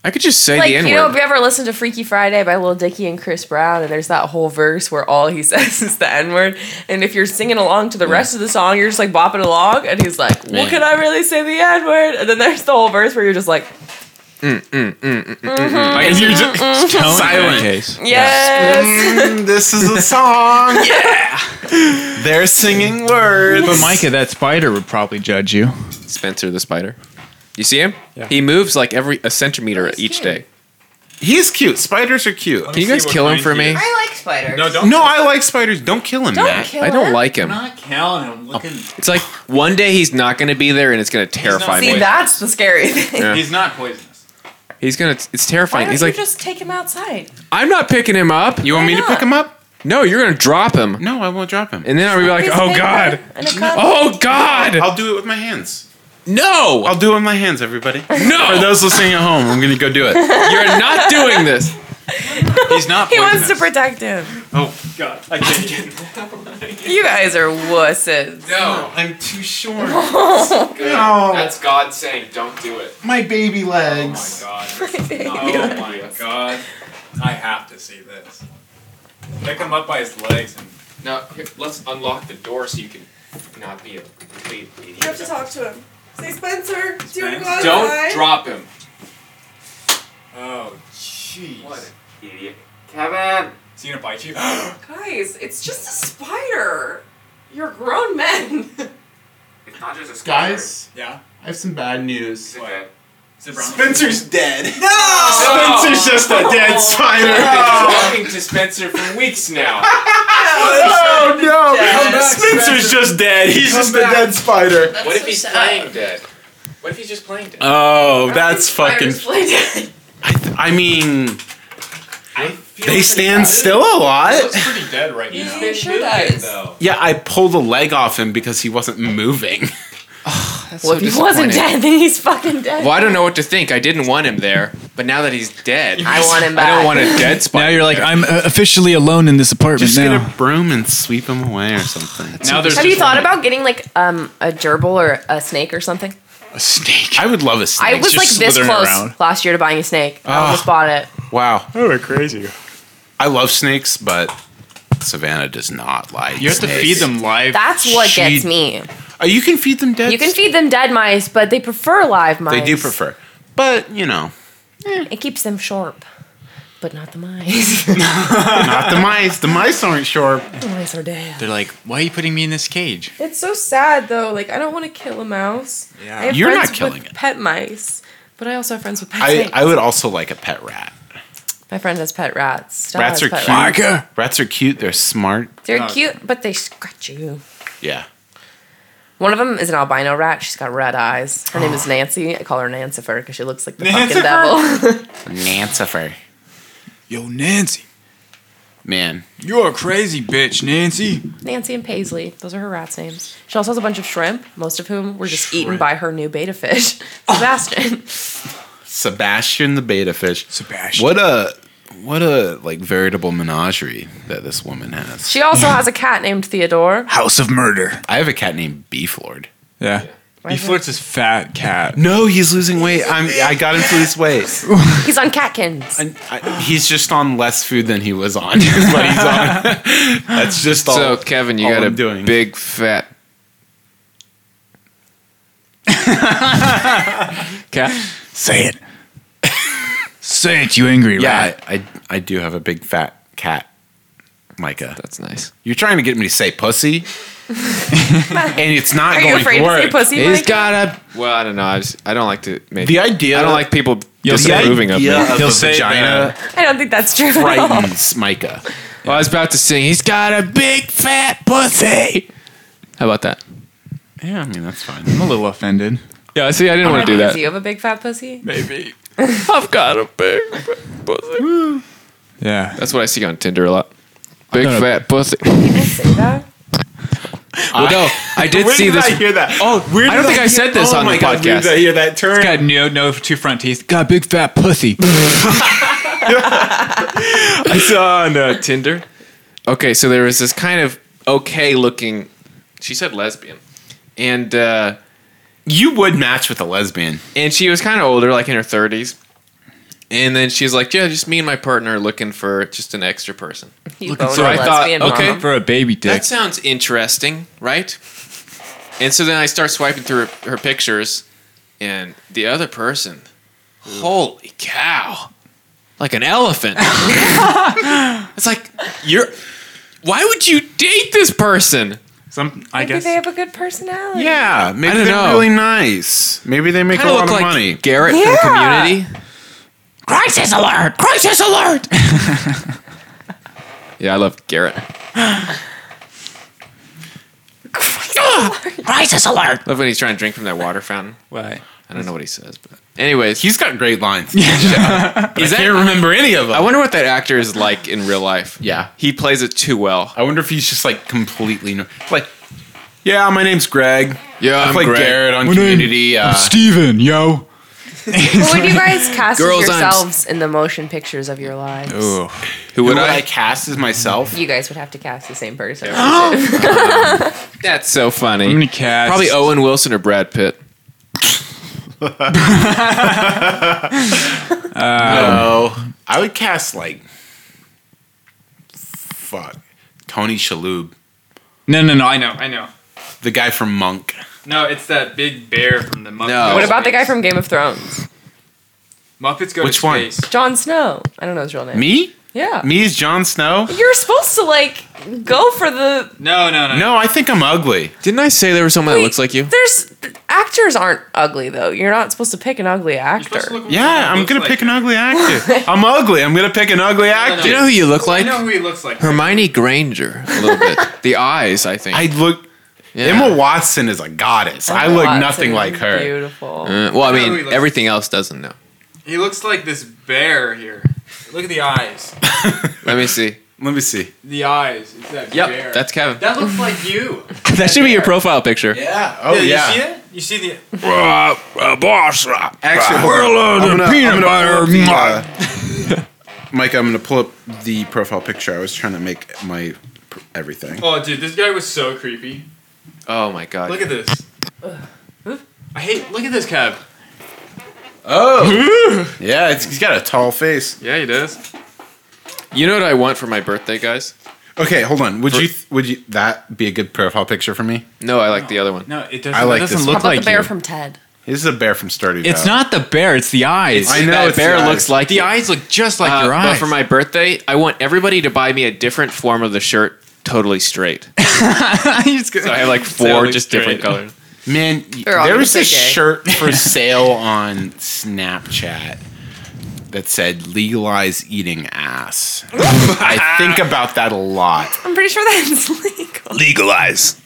S2: I could just say
S7: like
S2: the N
S7: you know, if
S2: word.
S7: you ever listened to Freaky Friday by Lil Dicky and Chris Brown, and there's that whole verse where all he says is the N word, and if you're singing along to the rest of the song, you're just like bopping along, and he's like, "Well, can I really say the N word?" And then there's the whole verse where you're just like,
S5: And you're just silent. Case.
S7: "Yes."
S3: Mm, this is a song. yeah. They're singing words.
S5: But Micah, that spider would probably judge you.
S2: Spencer the spider. You see him? He moves like every a centimeter each day.
S3: He's cute. Spiders are cute.
S2: Can you guys kill him for me?
S7: I like spiders.
S3: No, I like spiders. Don't kill him,
S7: Don't
S3: Matt.
S7: kill
S2: I don't
S7: him.
S2: like him.
S5: not counting. I'm looking.
S2: It's like one day he's not going to be there, and it's going to terrify
S7: See,
S2: me.
S7: that's the scary thing.
S2: Yeah.
S5: He's not poisonous.
S2: He's gonna. It's
S7: Why
S2: terrifying.
S7: don't
S2: He's
S7: you
S2: like,
S7: just take him outside?
S2: I'm not picking him up.
S3: You want
S7: Why
S3: me to
S7: not?
S3: pick him up?
S2: No, you're gonna drop him,
S3: No, I won't drop him.
S2: and then I'll be like,
S7: Piece of
S2: oh
S7: paper
S2: god,
S7: and a cup.
S2: oh god,
S3: I'll do it with my hands.
S2: no,
S3: I'll do it with my hands, everybody. For
S2: no,
S3: those listening at home, I'm gonna go do it.
S2: you're not doing this.
S5: He's
S2: Oh,
S5: not
S7: He
S5: poisonous.
S7: wants to protect him.
S3: Oh
S5: God, I can't get it.
S7: You guys are wusses.
S2: No,
S3: Oh, I'm too short. Oh,
S2: that's God saying, don't do it.
S3: My baby legs.
S5: God. Oh my God. I have to see this. Pick him up by his legs and
S2: Now here, let's unlock the door so you can not be a complete idiot.
S6: have to talk to him. Say, Spencer, do you want to go
S5: Spence.
S2: Don't
S6: outside?"
S2: drop him.
S5: Oh, jeez.
S2: What an idiot, Kevin.
S5: Is he gonna bite you?
S6: Guys, it's just a spider. You're grown men.
S2: It's not just a
S10: Guys,
S5: yeah.
S10: I have some bad news.
S5: Is it brown?
S10: Spencer's dead.
S3: Spencer's just a
S5: Oh,
S3: dead spider.
S2: I've been talking to Spencer for weeks now.
S3: Oh
S10: Come
S3: no!
S10: back,
S3: Spencer's just dead. He's just a
S10: back.
S3: dead spider.
S2: what if he's playing dead? What if he's just playing dead?
S3: Oh, that's fucking.
S6: Spiders play dead.
S3: I, th- I mean,
S2: I feel
S3: they stand still a lot.
S5: He's pretty dead right now.
S6: He sure does.
S3: Yeah, I pulled a leg off him because he wasn't moving.
S7: Well, if he wasn't dead, then he's fucking dead.
S2: Well, I don't know what to think. I didn't want him there, but now that he's dead,
S7: I want him back.
S2: I don't want a dead spider.
S5: Now you're like, I'm uh, officially alone in this apartment
S3: Just
S5: now.
S3: get a broom and sweep him away or something.
S5: now there's
S7: Have you
S5: just
S7: thought
S5: one-
S7: about getting like um a gerbil or a snake or something?
S3: A snake. I would love a snake.
S7: I was like
S5: just
S7: this
S5: slithering
S7: close
S5: around.
S7: last year to buying a snake. I
S3: Ah.
S7: almost bought it.
S3: Wow.
S5: Oh, they're crazy.
S3: I love snakes, but Savannah does not like.
S11: You have to
S3: snakes.
S11: feed them live.
S7: That's what
S3: She-
S7: gets me.
S3: Uh, you can feed them dead.
S7: You can feed them dead mice, but they prefer live mice.
S3: They do prefer, but you know,
S7: It keeps them sharp, but not the mice.
S9: Not the mice. The mice aren't sharp.
S7: the mice are dead.
S11: They're like, why are you putting me in this cage?
S6: It's so sad though. Like I don't want to kill a mouse. I have
S3: You're
S6: friends
S3: not killing
S6: with
S3: it.
S6: Pet mice, but I also have friends with pet
S3: I,
S6: snakes.
S3: I would also like a pet rat.
S7: My friend has pet rats. Stella
S3: Rats
S7: has
S3: are
S7: pet
S3: cute.
S7: rats.
S3: Rats are cute. They're smart.
S7: They're cute, but they scratch you.
S3: Yeah.
S7: One of them is an albino rat. She's got red eyes. Her name is Nancy. I call her Nancifer because she looks like the fucking devil.
S3: Nancifer.
S11: Yo, Nancy.
S3: Man.
S11: You're a crazy bitch, Nancy.
S7: Nancy and Paisley. Those are her rat's names. She also has a bunch of shrimp, most of whom were just eaten by her new beta fish, Sebastian.
S3: Sebastian the beta fish.
S11: Sebastian.
S3: What a what a like veritable menagerie that this woman has.
S7: she also has a cat named Theodore.
S11: House of Murder.
S3: I have a cat named Beeflord.
S11: Yeah. He flirts his fat cat.
S3: No, he's losing weight. I'm I got him to lose weight.
S7: He's on Catkins.
S3: And I, he's just on less food than he was on. is what he's on. That's just all.
S2: So Kevin, you
S3: all
S2: got a
S3: I'm doing.
S2: big fat cat.
S11: Say it. Say it, you angry
S3: yeah,
S11: rat.
S3: I, I I do have a big fat cat, Micah.
S2: That's nice.
S3: You're trying to get me to say pussy, and it's not
S7: Are
S3: going
S7: you afraid
S3: to
S7: to
S3: work.
S7: say pussy?
S2: He's
S7: Mike?
S2: got a. Well, I don't know. I just I don't like to make.
S3: The
S2: I
S3: idea.
S2: don't like people
S3: the
S2: disapproving of me.
S3: idea of
S11: He'll
S3: a
S11: Uh, say
S3: vagina
S7: I don't think that's true. at all.
S3: frightens Micah.
S2: Well, I was about to sing. He's got a big fat pussy. How about that?
S3: Yeah, I mean that's fine.
S11: I'm a little offended.
S2: Yeah. See, I didn't want to do
S7: Do
S2: that.
S7: you have a big fat pussy?
S11: Maybe.
S2: I've got a big fat pussy.
S11: Yeah.
S2: That's what I see on Tinder a lot. Big
S11: got a-
S2: fat pussy.
S7: People say that.
S2: Well, no, I did see this.
S3: that?
S2: Oh, I don't think I said
S3: Oh
S2: this on the podcast.
S3: hear that term?
S11: Got no, no two front teeth. Got big fat pussy.
S2: I saw on uh, Tinder. Okay, so there was this kind of okay looking. She said lesbian, and uh,
S3: You would match with a lesbian.
S2: and she was kind of older, like in her thirties. And then she's like, "Yeah, just me and my partner are looking for just an extra person."
S7: You boner
S2: so I thought,
S7: lesbian
S2: okay,
S7: mom.
S11: For a baby dick.
S2: That sounds interesting, right? And so then I start swiping through her, her pictures, and the other person, holy cow, like an elephant. it's like you're. Why would you date this person?
S11: Some, I
S7: Maybe
S11: guess.
S7: they have a good personality.
S3: Yeah, maybe
S2: don't
S3: they're
S2: know.
S3: really nice. Maybe they make
S2: Kind
S3: a
S2: of
S3: lot
S2: look
S3: of
S2: like
S3: money.
S2: Garrett from
S7: Yeah.
S2: Community. Crisis alert! Crisis alert! yeah, I love Garrett. Crisis alert! Love when he's trying to drink from that water fountain.
S11: Why?
S2: I don't know what he says, but anyways,
S3: He's got great lines. Yeah,
S2: is
S3: I can't remember any of them.
S2: I wonder what that actor is like in real life.
S3: Yeah.
S2: he plays it too well.
S3: I wonder if he's just like completely no- like. Yeah, my name's Greg.
S2: Yeah,
S3: I
S2: I'm
S3: play
S2: Greg.
S3: Garrett on
S11: My name-
S3: Community. Uh,
S11: Steven, yo.
S7: Who would you guys cast as
S2: Girls, I'm-
S7: yourselves in the motion pictures of your lives?
S2: Who
S3: would
S2: would
S3: I
S2: I?
S3: cast as myself?
S7: You guys would have to cast the same person.
S2: That's so
S11: I'm
S2: funny.
S11: gonna cast.
S2: Probably Owen Wilson or Brad Pitt.
S3: No, I would cast like fuck Tony Shalhoub,
S11: No, no, no. I know. I know.
S3: the guy from Monk.
S11: No, it's that big bear from the Muppets.
S2: No.
S7: What about the guy from Game of Thrones?
S11: Muppets go
S3: Which
S11: to
S3: one?
S11: space.
S7: Jon Snow. I don't know his real name.
S3: Me?
S7: Yeah.
S3: Me is Jon Snow?
S7: You're supposed to like go for the.
S11: No, no, no.
S3: No, I think I'm ugly.
S2: Didn't I say there was someone that looks like you?
S7: There's actors aren't ugly though. You're not supposed to pick an ugly actor.
S3: Yeah, I'm gonna pick an ugly actor. I'm ugly. I'm gonna pick an ugly actor.
S2: Do you know who you look like?
S11: I know who he looks like.
S2: Hermione Granger, a little bit. the eyes, I think.
S3: I look.
S2: Yeah. Uh,
S3: Emma Watson is a goddess. I
S7: Emma
S3: look
S7: Watson
S3: nothing
S7: is
S3: like her.
S7: Beautiful.
S2: Uh, well, I
S11: I know who he
S2: mean,
S11: looks-
S2: everything else doesn't know.
S11: He looks like this bear here. Look at the eyes.
S2: Let me see.
S3: Let me see.
S11: The eyes. It's that
S2: Yep,
S11: bear.
S2: that's Kevin.
S11: that looks like you.
S2: that should be your profile picture.
S11: Yeah.
S3: Oh, yeah.
S11: You see it? You see the
S9: boss.
S3: Actually,
S9: World
S3: I'm gonna- I'm gonna pull
S9: butter.
S3: up the, uh, Mike, I'm gonna pull up the profile picture. I was trying to make my pr- everything.
S11: Oh, dude, this guy was so creepy.
S2: Oh my god.
S11: Look at this. I hate. Look at this cab.
S3: Yeah, it's, he's got a tall face.
S2: yeah, he does. You know what I want for my birthday, guys?
S3: Okay, hold on. Would you th- would you that be a good profile picture for me?
S2: No, I like the other one.
S11: No, it doesn't.
S3: I like this.
S7: How about the bear from Ted?
S3: This is a bear from Stardew.
S5: It's
S3: Valley.
S5: not the bear. It's the eyes.
S3: I know
S2: that
S3: it's
S2: bear
S3: the eyes.
S2: looks like
S5: the
S2: it.
S5: eyes look just like
S2: Uh,
S5: your eyes.
S2: But for my birthday, I want everybody to buy me a different form of the shirt, totally straight. So I have like four
S5: Totally
S2: just different
S5: straight.
S2: colors.
S3: Man, y-
S7: They're all
S3: there
S7: gonna
S3: was
S7: say
S3: this
S7: gay.
S3: shirt for sale on Snapchat that said "legalize eating ass." I think about that a lot.
S7: I'm pretty sure that's legal.
S12: Legalize.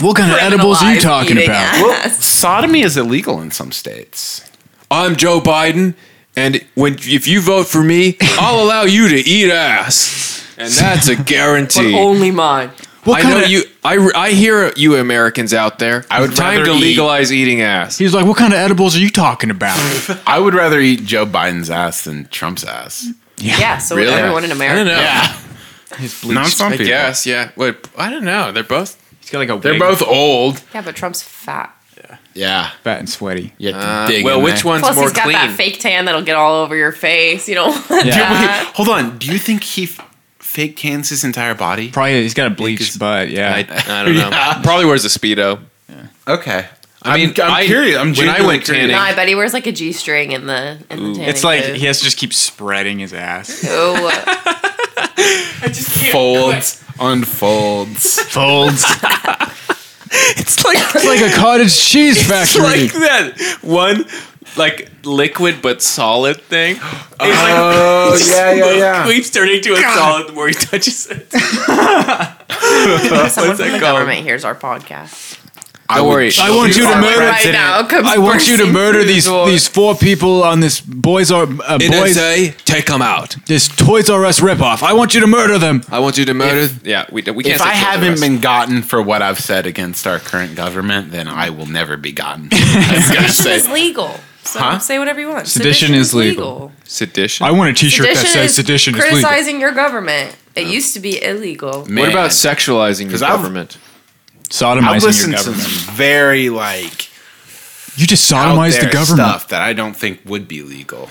S5: what kind of edibles are you talking
S7: Eating
S5: about?
S7: ass.
S3: Well, sodomy is illegal in some states.
S2: I'm Joe Biden, and when if you vote for me, I'll allow you to eat ass, and that's a guarantee.
S13: Only mine.
S5: What
S2: I
S5: kind
S2: know
S5: of,
S2: you. I, I hear you Americans out there.
S3: I would
S2: time
S3: rather
S2: to
S3: eat-
S2: legalize eating ass.
S5: He's like, what kind of edibles are you talking about?
S3: I would rather eat Joe Biden's ass than Trump's ass.
S13: Yeah, so
S3: Really?
S13: everyone in
S2: I don't
S13: America.
S2: know.
S3: Not some
S2: I
S3: people.
S2: guess. Yeah. Wait. I don't know. They're both. He's got like a.
S3: They're both old.
S7: Yeah, but Trump's fat.
S3: Yeah.
S5: Fat and sweaty.
S3: You have to
S2: Uh,
S3: dig
S2: well,
S3: in
S2: which
S3: there.
S2: one's
S7: Plus,
S2: more
S7: he's got
S2: clean?
S7: that fake tan that'll get all over your face. You don't want
S5: Yeah.
S7: that.
S3: Hold on. Do you think he f- fake cans his entire body?
S5: Probably he's got a bleached butt. Yeah.
S2: I, I don't know.
S3: Yeah.
S2: Probably wears a speedo.
S3: Okay.
S2: I mean,
S3: I'm
S2: I-
S3: curious.
S2: when
S3: I'm
S2: I
S3: genuinely
S2: went
S3: curious.
S2: tanning,
S7: No, I bet he wears like a g string in the in the tanning
S5: it's like
S7: booth.
S5: he has to just keep spreading his ass.
S7: Oh,
S3: folds, unfolds.
S5: Folds. it's like it's like a cottage cheese factory.
S2: like that one, like liquid but solid thing.
S3: Oh yeah, yeah, yeah.
S2: Keeps turning to a solid the more he touches it.
S7: someone from
S2: that
S7: the
S2: called?
S7: government hears our podcast.
S3: I
S2: worry.
S5: I want you to
S7: Right
S5: murder.
S7: now, comes
S5: I want you to
S7: bursting
S5: murder
S7: through the
S5: these
S7: door.
S5: these four people on this boys are uh, boys
S2: take him out.
S5: this Toys R Us ripoff. I want you to murder them.
S2: I want you to murder. yeah, we, we can't.
S3: If
S2: say kill the
S3: I haven't
S2: rest.
S3: been gotten for what I've said against our current government, then I will never be gotten. I was gonna
S7: Sedition is
S3: say,
S7: legal. So
S3: Huh?
S7: say whatever you want.
S5: Sedition is legal.
S2: sedition.
S5: I want a T-shirt
S7: Sedition
S5: that says
S7: is
S5: "Sedition is legal."
S7: criticizing your government. It used to be illegal.
S3: man,
S2: what about sexualizing your
S3: 'Cause I've-
S2: government?
S3: I've
S5: Sodomizing
S3: listened
S5: your
S3: to
S5: government.
S3: some very like
S5: You just
S3: out
S5: sodomized the
S3: there
S5: government.
S3: stuff that I don't think would be legal.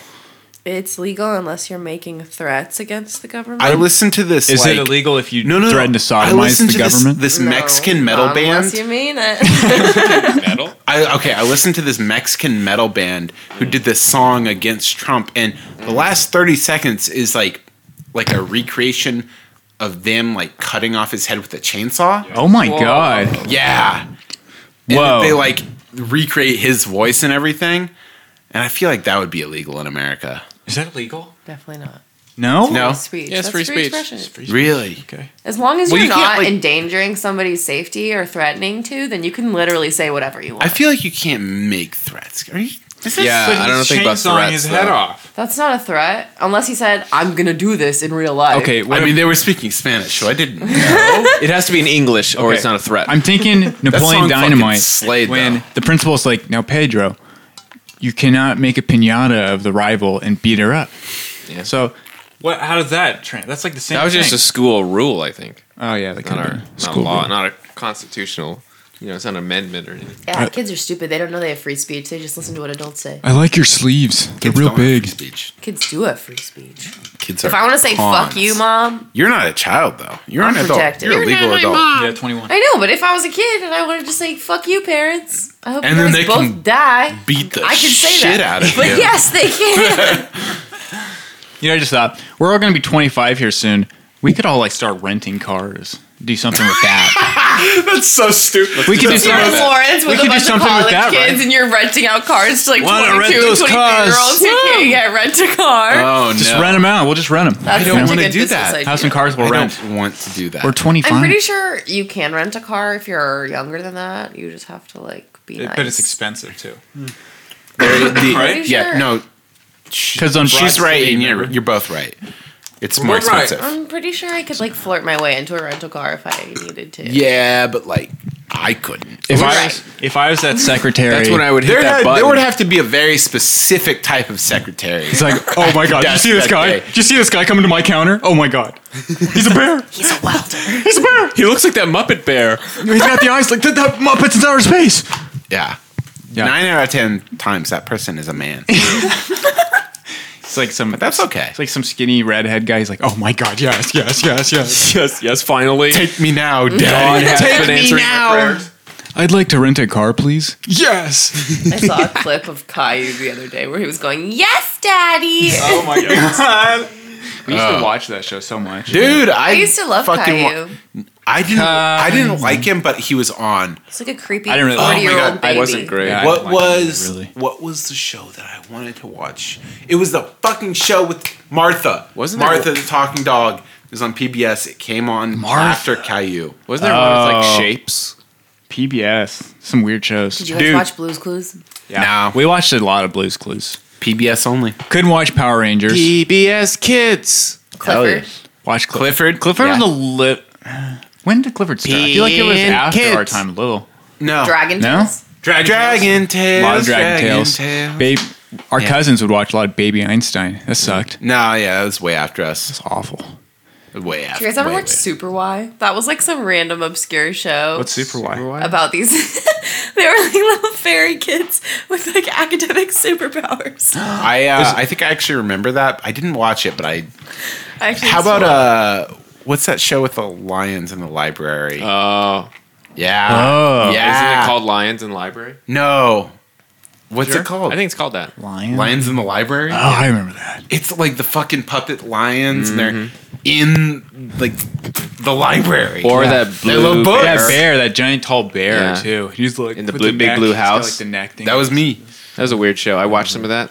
S7: It's legal unless you're making threats against the government.
S3: I listened to this.
S5: Is
S3: like,
S5: it illegal if you
S3: No, no, no.
S5: threaten to
S3: I
S5: sodomize
S3: listened
S5: the
S3: to this-
S5: government?
S3: This,
S7: No,
S3: Mexican metal
S7: not
S3: band.
S7: Unless you mean it.
S2: Metal.
S3: I, okay, I listened to this Mexican metal band who did this song against Trump, and the last thirty seconds is like like a recreation of them like cutting off his head with a chainsaw.
S5: oh my god!
S3: Yeah, And
S5: Whoa!
S3: they like recreate his voice and everything, and I feel like that would be illegal in America.
S5: is that illegal?
S7: Definitely not.
S5: No.
S3: No,
S7: Speech.
S2: Yes,
S7: That's
S2: free speech.
S7: expression.
S3: really.
S7: As long as
S3: Well,
S7: you're
S3: you can't,
S7: not
S3: like-
S7: endangering somebody's safety or threatening to, then you can literally say whatever you want.
S3: I feel like you can't make threats. Are you, is this
S2: Yeah, I don't think about
S11: chainsawing
S2: threats.
S11: his
S2: though.
S11: head off.
S7: That's not a threat, unless he said, "I'm gonna do this in real life."
S5: Okay. What
S3: I
S5: if-
S3: mean, they were speaking Spanish, so I didn't.
S2: It has to be in English, or
S11: Okay.
S2: it's not a threat.
S5: I'm thinking Napoleon
S3: song fucking
S5: Dynamite
S3: slayed,
S5: when
S3: though.
S5: the principal's like, "Now, Pedro, you cannot make a pinata of the rival and beat her up."
S2: Yeah.
S5: So,
S11: What? How does that? Trend? That's like the same.
S2: that was just
S11: thing.
S2: a school rule, I think.
S5: oh yeah, that
S2: Not,
S5: kind
S2: our,
S5: of
S2: not a
S5: school.
S2: law,
S5: rule.
S2: not a constitutional. You know, it's not an amendment or anything.
S7: Yeah, kids are stupid. They don't know they have free speech. They just listen to what adults say.
S5: I like your sleeves; they're
S3: Kids don't
S5: real
S3: have free
S5: big.
S3: Speech.
S7: Kids do have free speech.
S3: Kids
S7: If
S3: are
S7: I want to say
S3: pawns.
S7: "fuck you, mom,"
S3: You're not a child though. You're an adult.
S7: protected.
S3: You're a
S7: You're
S3: legal adult.
S5: Yeah, 21.
S7: I know. But if I was a kid and I wanted to say "fuck you, parents," I hope
S3: And
S7: parents
S3: then they
S7: both
S3: can
S7: die.
S3: Beat the
S7: I can say
S3: shit out
S7: that.
S3: of
S7: But
S3: you.
S7: yes, they can.
S5: You know, I just thought we're all going to be 25 here soon. We could all like start renting cars, do something with that.
S3: That's so stupid.
S5: we could do
S7: you're
S5: something.
S7: in
S5: With that.
S7: Florence with
S5: could
S7: a
S5: do
S7: bunch of
S5: something
S7: college
S5: with that,
S7: kids,
S5: right?
S7: and you're renting out cars to like
S5: Wanna
S7: 22
S5: rent
S7: and
S5: those
S7: 23 year olds who can't get rent a car.
S3: Oh no.
S5: Just rent them out. We'll just rent them.
S7: That's
S3: I don't
S7: such a
S3: wanna
S7: good
S3: do
S7: business
S3: that.
S7: idea.
S5: Have some cars.
S3: I
S5: We'll rent.
S3: don't want to do that.
S5: We're 25.
S7: I'm pretty sure you can rent a car if you're younger than that. You just have to like be nice.
S11: But it's expensive too.
S3: They're the-
S7: Pretty
S3: Yeah.
S7: sure.
S3: No.
S5: because I'm
S3: She's
S5: she's
S3: right, and you're you're both right. It's more
S11: We're right.
S3: expensive.
S7: I'm pretty sure I could like flirt my way into a rental car if I needed to.
S3: Yeah, but like I couldn't.
S5: if
S7: Right.
S5: I was if I was that secretary.
S2: That's when I would hit
S3: There,
S2: that
S3: had-
S2: button.
S3: there would have to be a very specific type of secretary.
S5: It's like, oh my god, did you see this
S3: That
S5: guy?
S3: day.
S5: Did you see this guy coming to my counter? Oh my god. He's a bear.
S7: He's a welder.
S5: He's a bear.
S2: He looks like that Muppet Bear.
S5: He's got the eyes like that, that Muppets in outer space.
S3: yeah.
S5: Yeah.
S3: Nine out of ten times that person is a man.
S5: It's like some.
S3: that's okay.
S5: It's like some skinny redhead guy. He's like, oh my god, yes, yes, yes, yes.
S2: Yes, yes, finally.
S3: Take me now, Dad.
S2: God has been answering my prayers.
S5: I'd like to rent a car, please. Yes.
S7: I saw a clip of Caillou the other day where he was going, "Yes, Daddy."
S11: Oh my god.
S5: We used to watch that show so much.
S3: Dude, I,
S7: I used to love
S3: fucking wa-
S7: Caillou.
S3: I didn't. I didn't like him, but he was on.
S7: it's like a creepy
S5: I didn't really- oh my
S7: forty-year-old
S2: I
S7: baby.
S2: wasn't great.
S5: Yeah. I
S3: what
S5: don't like him,
S3: was
S5: really.
S3: what was the show that I wanted to watch? It was the fucking show with Martha.
S2: Wasn't there-
S3: Martha the talking dog? It was on PBS. It came on
S5: Martha.
S3: after Caillou.
S2: Wasn't there one with
S5: Oh.
S2: like shapes?
S5: PBS. Some weird shows.
S7: Did you guys
S5: Dude,
S7: watch Blue's Clues?
S5: nah, we watched a lot of Blues Clues.
S3: PBS only.
S5: Couldn't watch Power Rangers.
S2: PBS Kids.
S7: Clifford.
S5: watch
S3: Clifford.
S5: Clifford. Clifford
S3: Yeah.
S5: was a lit. When did Clifford start? I feel like it was
S2: Peeing
S5: after our
S2: kids.
S5: time, little.
S3: No.
S7: Dragon
S5: No?
S7: Tales.
S3: Dragon, Dragon Tales.
S5: A lot of Dragon, Tales. Babe, our cousins would watch a lot of Baby Einstein. That sucked.
S3: No, yeah, that was way after us.
S5: It's awful.
S3: Way after.
S7: You guys ever
S3: way,
S7: watch
S3: way.
S7: Super Y? That was like some random obscure show.
S5: Super Y?
S7: about these they were like little fairy kids with like academic superpowers. I
S3: I uh, I think I actually remember that. I didn't watch it, but I.
S7: actually
S3: How about
S7: saw-
S3: uh, what's that show with the lions in the library?
S2: Oh.
S3: Uh, yeah.
S5: Oh,
S3: yeah.
S2: Isn't it called Lions in Library?
S3: No. What's
S2: Sure?
S3: it called?
S2: I think Uh. it's called that.
S5: lion.
S3: Lions in the Library.
S5: Oh, I remember that.
S3: It's like the fucking puppet lions, and they're in like the library.
S2: Mm-hmm. Or that blue
S3: little book.
S2: bear.
S5: That bear, that giant tall bear
S2: Yeah.
S5: too. He's like
S2: In the
S5: with
S2: blue- big
S5: neck,
S2: blue
S5: he's got,
S2: house.
S5: like the neck thing.
S3: that was me.
S2: That was a weird show. I watched some of that.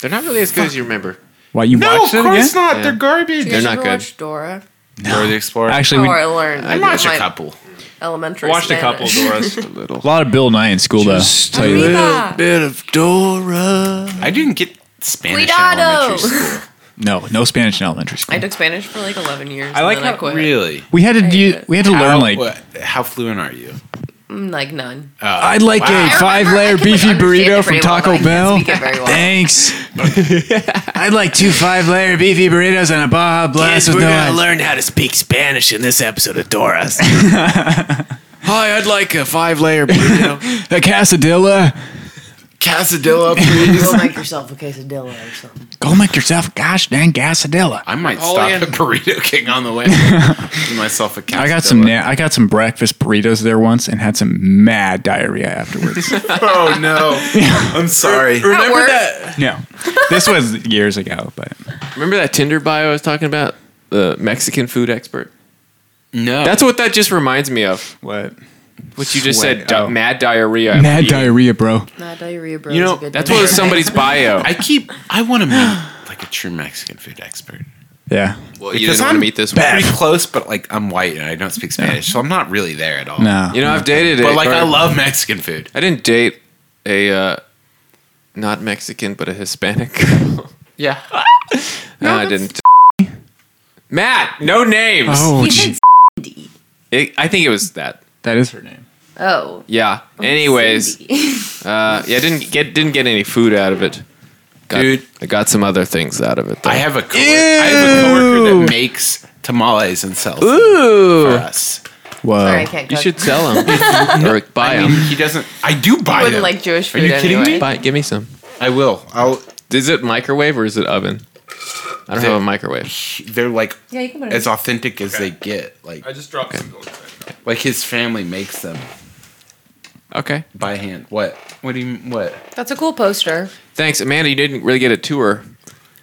S2: They're not really as good as you remember.
S5: why you
S3: No, Oh, of
S5: watched it again?
S3: course not.
S2: Yeah.
S3: They're garbage.
S7: You guys
S2: They're not
S7: ever
S2: good.
S7: watched Dora?
S3: Dora the Explorer.
S5: Actually, we,
S7: Or Oh, I learned.
S2: I
S7: in
S3: watch
S7: my
S3: a couple.
S7: Elementary.
S2: Watched a couple
S7: Spanish.
S2: Doras. a little.
S5: a lot of Bill Nye in school though. Tell you that.
S7: Arriba.
S2: bit of Dora.
S3: I didn't get Spanish in
S7: Cuidado.
S3: elementary school.
S5: No, no Spanish in elementary school.
S7: I took Spanish for like eleven years.
S5: like
S7: and then
S5: how
S7: I quit.
S3: Really?
S5: we had to do.
S7: it.
S5: We had to
S3: How,
S5: learn like
S3: what- how fluent are you?
S7: Mm, Like none.
S5: I'd like
S3: Wow. I
S5: a
S3: remember
S5: five-layer
S7: I could, like,
S5: beefy
S7: understand it
S5: burrito from
S7: pretty well,
S5: Taco
S7: but I can't
S5: Bell.
S7: speak it very well.
S5: Thanks. I'd like two five-layer beefy burritos and a Baja Blast with no ice.
S1: learn how to speak Spanish in this episode of Doris.
S2: Hi, I'd like a five-layer burrito.
S5: a quesadilla.
S3: Casadilla,
S7: Go make yourself a quesadilla or something.
S5: Go make yourself a gosh dang quesadilla.
S3: I might
S2: Napoleon.
S3: stop at Burrito King on the way. Give myself a
S5: I got some
S3: quesadilla.
S5: na- I got some breakfast burritos there once and had some mad diarrhea afterwards.
S3: Oh no! I'm sorry.
S7: Remember that?
S5: no, this was years ago, but
S2: Remember that Tinder bio I was talking about? The Mexican food expert.
S3: No,
S2: That's what that just reminds me of.
S5: what?
S2: What you just
S5: Sweat.
S2: said, di-
S5: Oh.
S2: mad diarrhea. after
S5: Mad
S2: eating.
S5: diarrhea, bro.
S7: Nah, diarrhea, bro.
S3: You
S7: is a
S3: know,
S7: good
S2: That's what was
S7: diarrhea.
S2: somebody's bio.
S3: I keep. I want to meet like a true Mexican food expert.
S5: Yeah.
S2: well, you didn't want to
S3: I'm
S2: meet this one.
S3: Pretty close, but like I'm white and I don't speak Spanish, so I'm not really there at all.
S5: No.
S2: You know, I've dated a-
S3: But like I
S2: or-
S3: love Mexican food.
S2: I didn't date a uh, not Mexican but a Hispanic girl.
S3: Yeah.
S2: no, I didn't. Matt, no names.
S5: oh,
S7: He said
S5: gee.
S7: Cindy.
S2: It, I think it was that.
S5: that is her name.
S7: Oh.
S2: Yeah. Anyways,
S7: Cindy.
S2: uh, yeah, I didn't get didn't get any food out of it. Got,
S3: Dude.
S2: I got some other things out of it. Though.
S3: I have a coworker, I have a coworker that makes tamales and sells them
S2: Ooh.
S3: for us.
S5: Whoa.
S7: Sorry, I can't
S2: You
S7: cook.
S2: should sell them or buy
S3: I
S2: them.
S3: mean, Um, he doesn't. I do buy
S7: wouldn't
S3: them.
S7: like Jewish food
S3: Are you kidding
S7: anyway.
S3: me?
S2: buy, give me some.
S3: I will. I'll.
S2: Is it microwave or is it oven? I don't have a microwave.
S3: They're like
S7: Yeah, you can put it.
S3: as authentic as they get. Like
S11: I just dropped some gold. coin.
S3: like his family makes them
S2: Okay.
S3: by hand. What? What do you? What?
S7: That's a cool poster.
S2: Thanks, Amanda. You didn't really get a tour.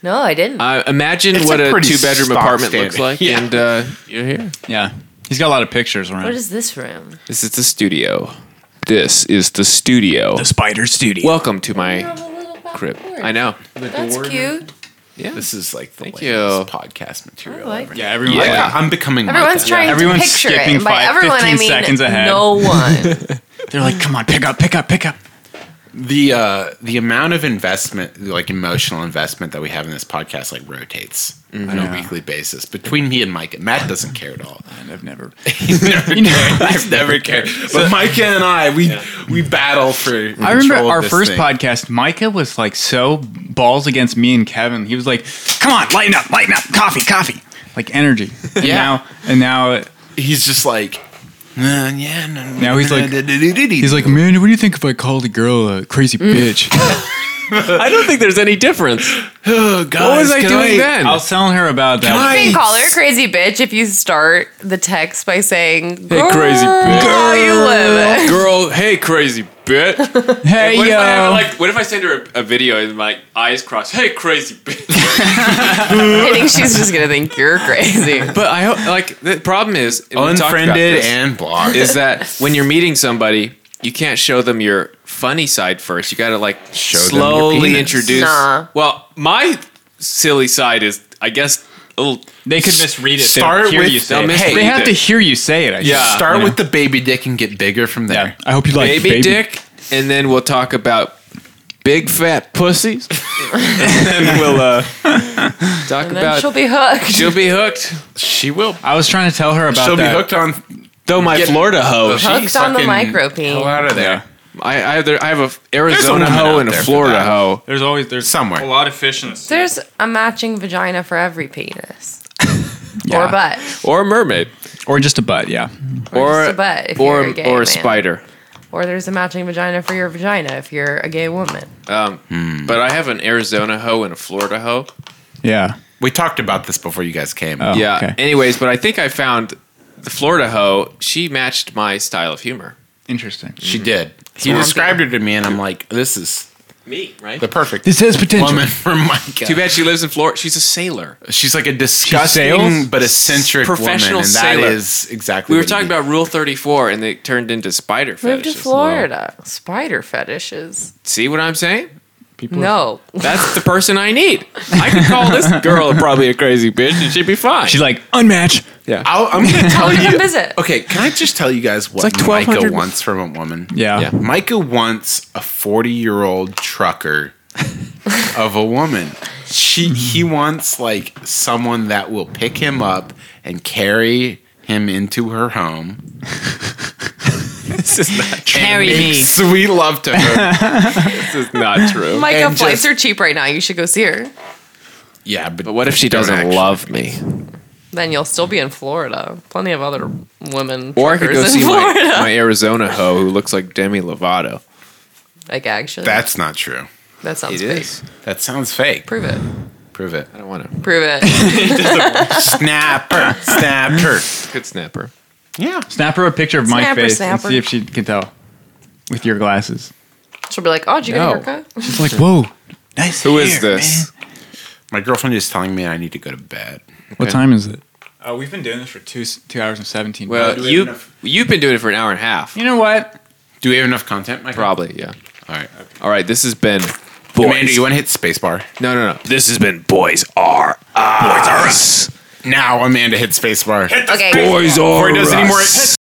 S7: No, I didn't.
S2: Uh, imagine
S3: It's
S2: what
S3: a
S2: a,
S3: pretty
S2: two-bedroom
S3: stock
S2: apartment
S3: standard.
S2: looks like,
S3: Yeah.
S2: and uh, you're here.
S5: Yeah. He's got a lot of pictures around.
S7: what is this room?
S2: This is the studio. This is the studio.
S5: Spider Studio?
S2: Welcome to my crib. I
S7: I know.
S2: know.
S7: That's cute.
S2: Yeah.
S3: This is like the
S2: Thank
S3: Thank
S2: you.
S3: podcast material.
S7: I like
S3: ever.
S5: yeah, everyone.
S2: Yeah.
S3: I- I'm becoming. like
S7: Everyone's
S3: that.
S7: trying
S5: Everyone's
S7: to picture it.
S5: skipping
S7: And by
S5: five-
S7: everyone, I
S5: 15
S7: mean
S5: seconds ahead.
S7: no one.
S5: They're like, come on, pick up, pick up, pick up.
S3: the uh, the amount of investment, like emotional investment that we have in this podcast, like rotates on a
S5: Yeah.
S3: weekly basis between me and Mike. Matt doesn't care at all.
S5: And I've never.
S3: He's never
S5: You know,
S3: cared. He's never cared. But Micah and I, we we battle for.
S5: I remember our first podcast, Micah was like so balls against me and Kevin. He was like, come on, lighten up, lighten up, coffee, coffee. Like energy. And
S3: Yeah.
S5: now, and now
S3: He's just like, "Uh, yeah. No,
S5: Now he's like- he's like, man, what do you think if I called a girl a crazy bitch?
S2: I don't think there's any difference.
S3: Oh, guys,
S2: What was I
S3: can
S2: doing then?
S5: I was telling her about that.
S3: I-
S7: You can call her a crazy bitch if you start the text by saying,
S2: Hey, crazy bitch.
S7: Girl, you live it.
S2: Girl, hey, crazy bitch.
S5: Hey uh,
S2: What if I have,
S5: yo,
S2: like, what if I send her a, a video and my eyes crossed? Hey, crazy bitch.
S7: I think she's just gonna think you're crazy.
S2: But I hope, like, the problem is and we talked about
S3: unfriended
S2: this,
S3: and blocked.
S2: is that when you're meeting somebody, you can't show them your funny side first. You got to like
S3: them your
S2: slowly
S3: penis.
S2: introduce.
S7: Nah.
S2: Well, my silly side is, I guess, a little.
S5: they could misread it.
S3: Start
S5: they hear
S3: with-
S5: you say
S2: they'll
S5: it.
S2: misread
S5: they have
S2: it.
S5: to hear you say it. I
S2: Yeah.
S5: guess.
S3: Start
S5: You know?
S3: with the baby dick and get bigger from
S5: Yeah.
S3: there.
S5: I hope you like
S2: baby, dick, and then we'll talk about big fat pussies. and then we'll uh, talk
S7: And then
S2: about
S7: she'll be hooked.
S2: she'll be hooked.
S3: She will.
S5: I was trying to tell her about
S3: She'll
S5: that.
S3: be hooked on
S2: Though my Florida hoe, she-
S7: Hooked on the
S3: fucking
S7: micro
S3: hell
S7: peen.
S3: out of there.
S2: I I, there, I have a f- Arizona
S3: woman
S2: hoe
S3: out
S2: and a
S3: there for
S2: Florida
S3: that.
S2: hoe.
S5: There's always there's
S3: Somewhere.
S14: A lot of fish in the sea.
S7: There's a matching vagina for every penis. Or butt.
S2: Or a mermaid,
S5: or just a butt. Yeah.
S2: or
S7: just a butt if
S2: or
S7: you're a gay
S2: or a
S7: man.
S2: spider.
S7: Or there's a matching vagina for your vagina if you're a gay woman.
S2: Um, But I have an Arizona hoe and a Florida hoe.
S5: Yeah.
S3: We talked about this before you guys came.
S5: Oh,
S2: yeah.
S5: okay.
S2: Anyways, but I think I found the Florida hoe. She matched my style of humor.
S5: Interesting.
S3: She did. He described her to me, and I'm like, "This is
S2: Me, right?
S3: the perfect
S5: This has potential.
S3: woman for Micah."
S2: Too bad she lives in Florida. She's a sailor.
S3: She's like a
S5: sails?
S3: disgusting but eccentric
S2: Professional
S3: woman, and that
S2: sailor.
S3: is exactly.
S2: We were
S3: what you
S2: talking
S3: need.
S2: about Rule 34, and it turned into spider
S7: Move
S2: fetishes.
S7: to Florida. Spider fetishes.
S2: See what I'm saying?
S7: No.
S2: That's the person I need. I could call this girl probably a crazy bitch, and she'd be fine.
S5: She's like unmatch.
S3: I'll, I'm going to tell
S7: Come
S3: you.
S7: visit.
S3: Okay, can I just tell you guys what
S2: like
S3: Micah
S2: 1200
S3: wants from a woman?
S5: Yeah.
S2: Yeah.
S3: Micah wants a 40 year old trucker of a woman. She he wants like someone that will pick him up and carry him into her home.
S7: Carry me.
S3: Sweet love to her.
S2: this is not true.
S7: Micah,
S3: and
S7: flights
S3: just-
S7: are cheap right now. You should go see her.
S3: yeah, but,
S2: But what if she
S3: Don't
S2: doesn't
S3: actually.
S2: love me?
S7: Then you'll still be in Florida. Plenty of other women.
S2: Or I could go
S7: truckers
S2: see
S7: in
S2: my,
S7: Florida.
S2: my Arizona hoe who looks like Demi Lovato.
S7: Like, actually.
S3: that's not true.
S7: that sounds
S2: It
S7: fake.
S2: is.
S3: That sounds fake.
S7: Prove it.
S3: Prove it.
S2: I don't want to.
S7: Prove it.
S3: Snapper, snapper.
S2: Good snapper.
S3: Yeah.
S5: Snap her a picture of my
S7: Snapper,
S5: face
S7: snapper.
S5: and see if she can tell with your glasses.
S7: She'll be like, oh, did you get
S2: No.
S7: a haircut?
S5: She's like, whoa, nice.
S2: Who is this?
S3: My girlfriend is telling me I need to go to bed.
S5: What time is it?
S14: Uh, we've been doing this for two.
S5: Two two hours and seventeen.
S2: Well,
S14: do we have
S2: you
S14: enough-
S2: you've been doing it for an hour and a half.
S5: you know what?
S3: Do we have enough content, Micah?
S2: Probably, yeah.
S3: All right.
S2: All right, this has been
S3: Commander,
S2: boys.
S3: you want to hit spacebar?
S2: no, no, no.
S1: This has been Boys Are Us.
S3: Now Amanda hits spacebar.
S7: Okay.
S1: Boys Are
S3: Before he does any more,
S1: Us.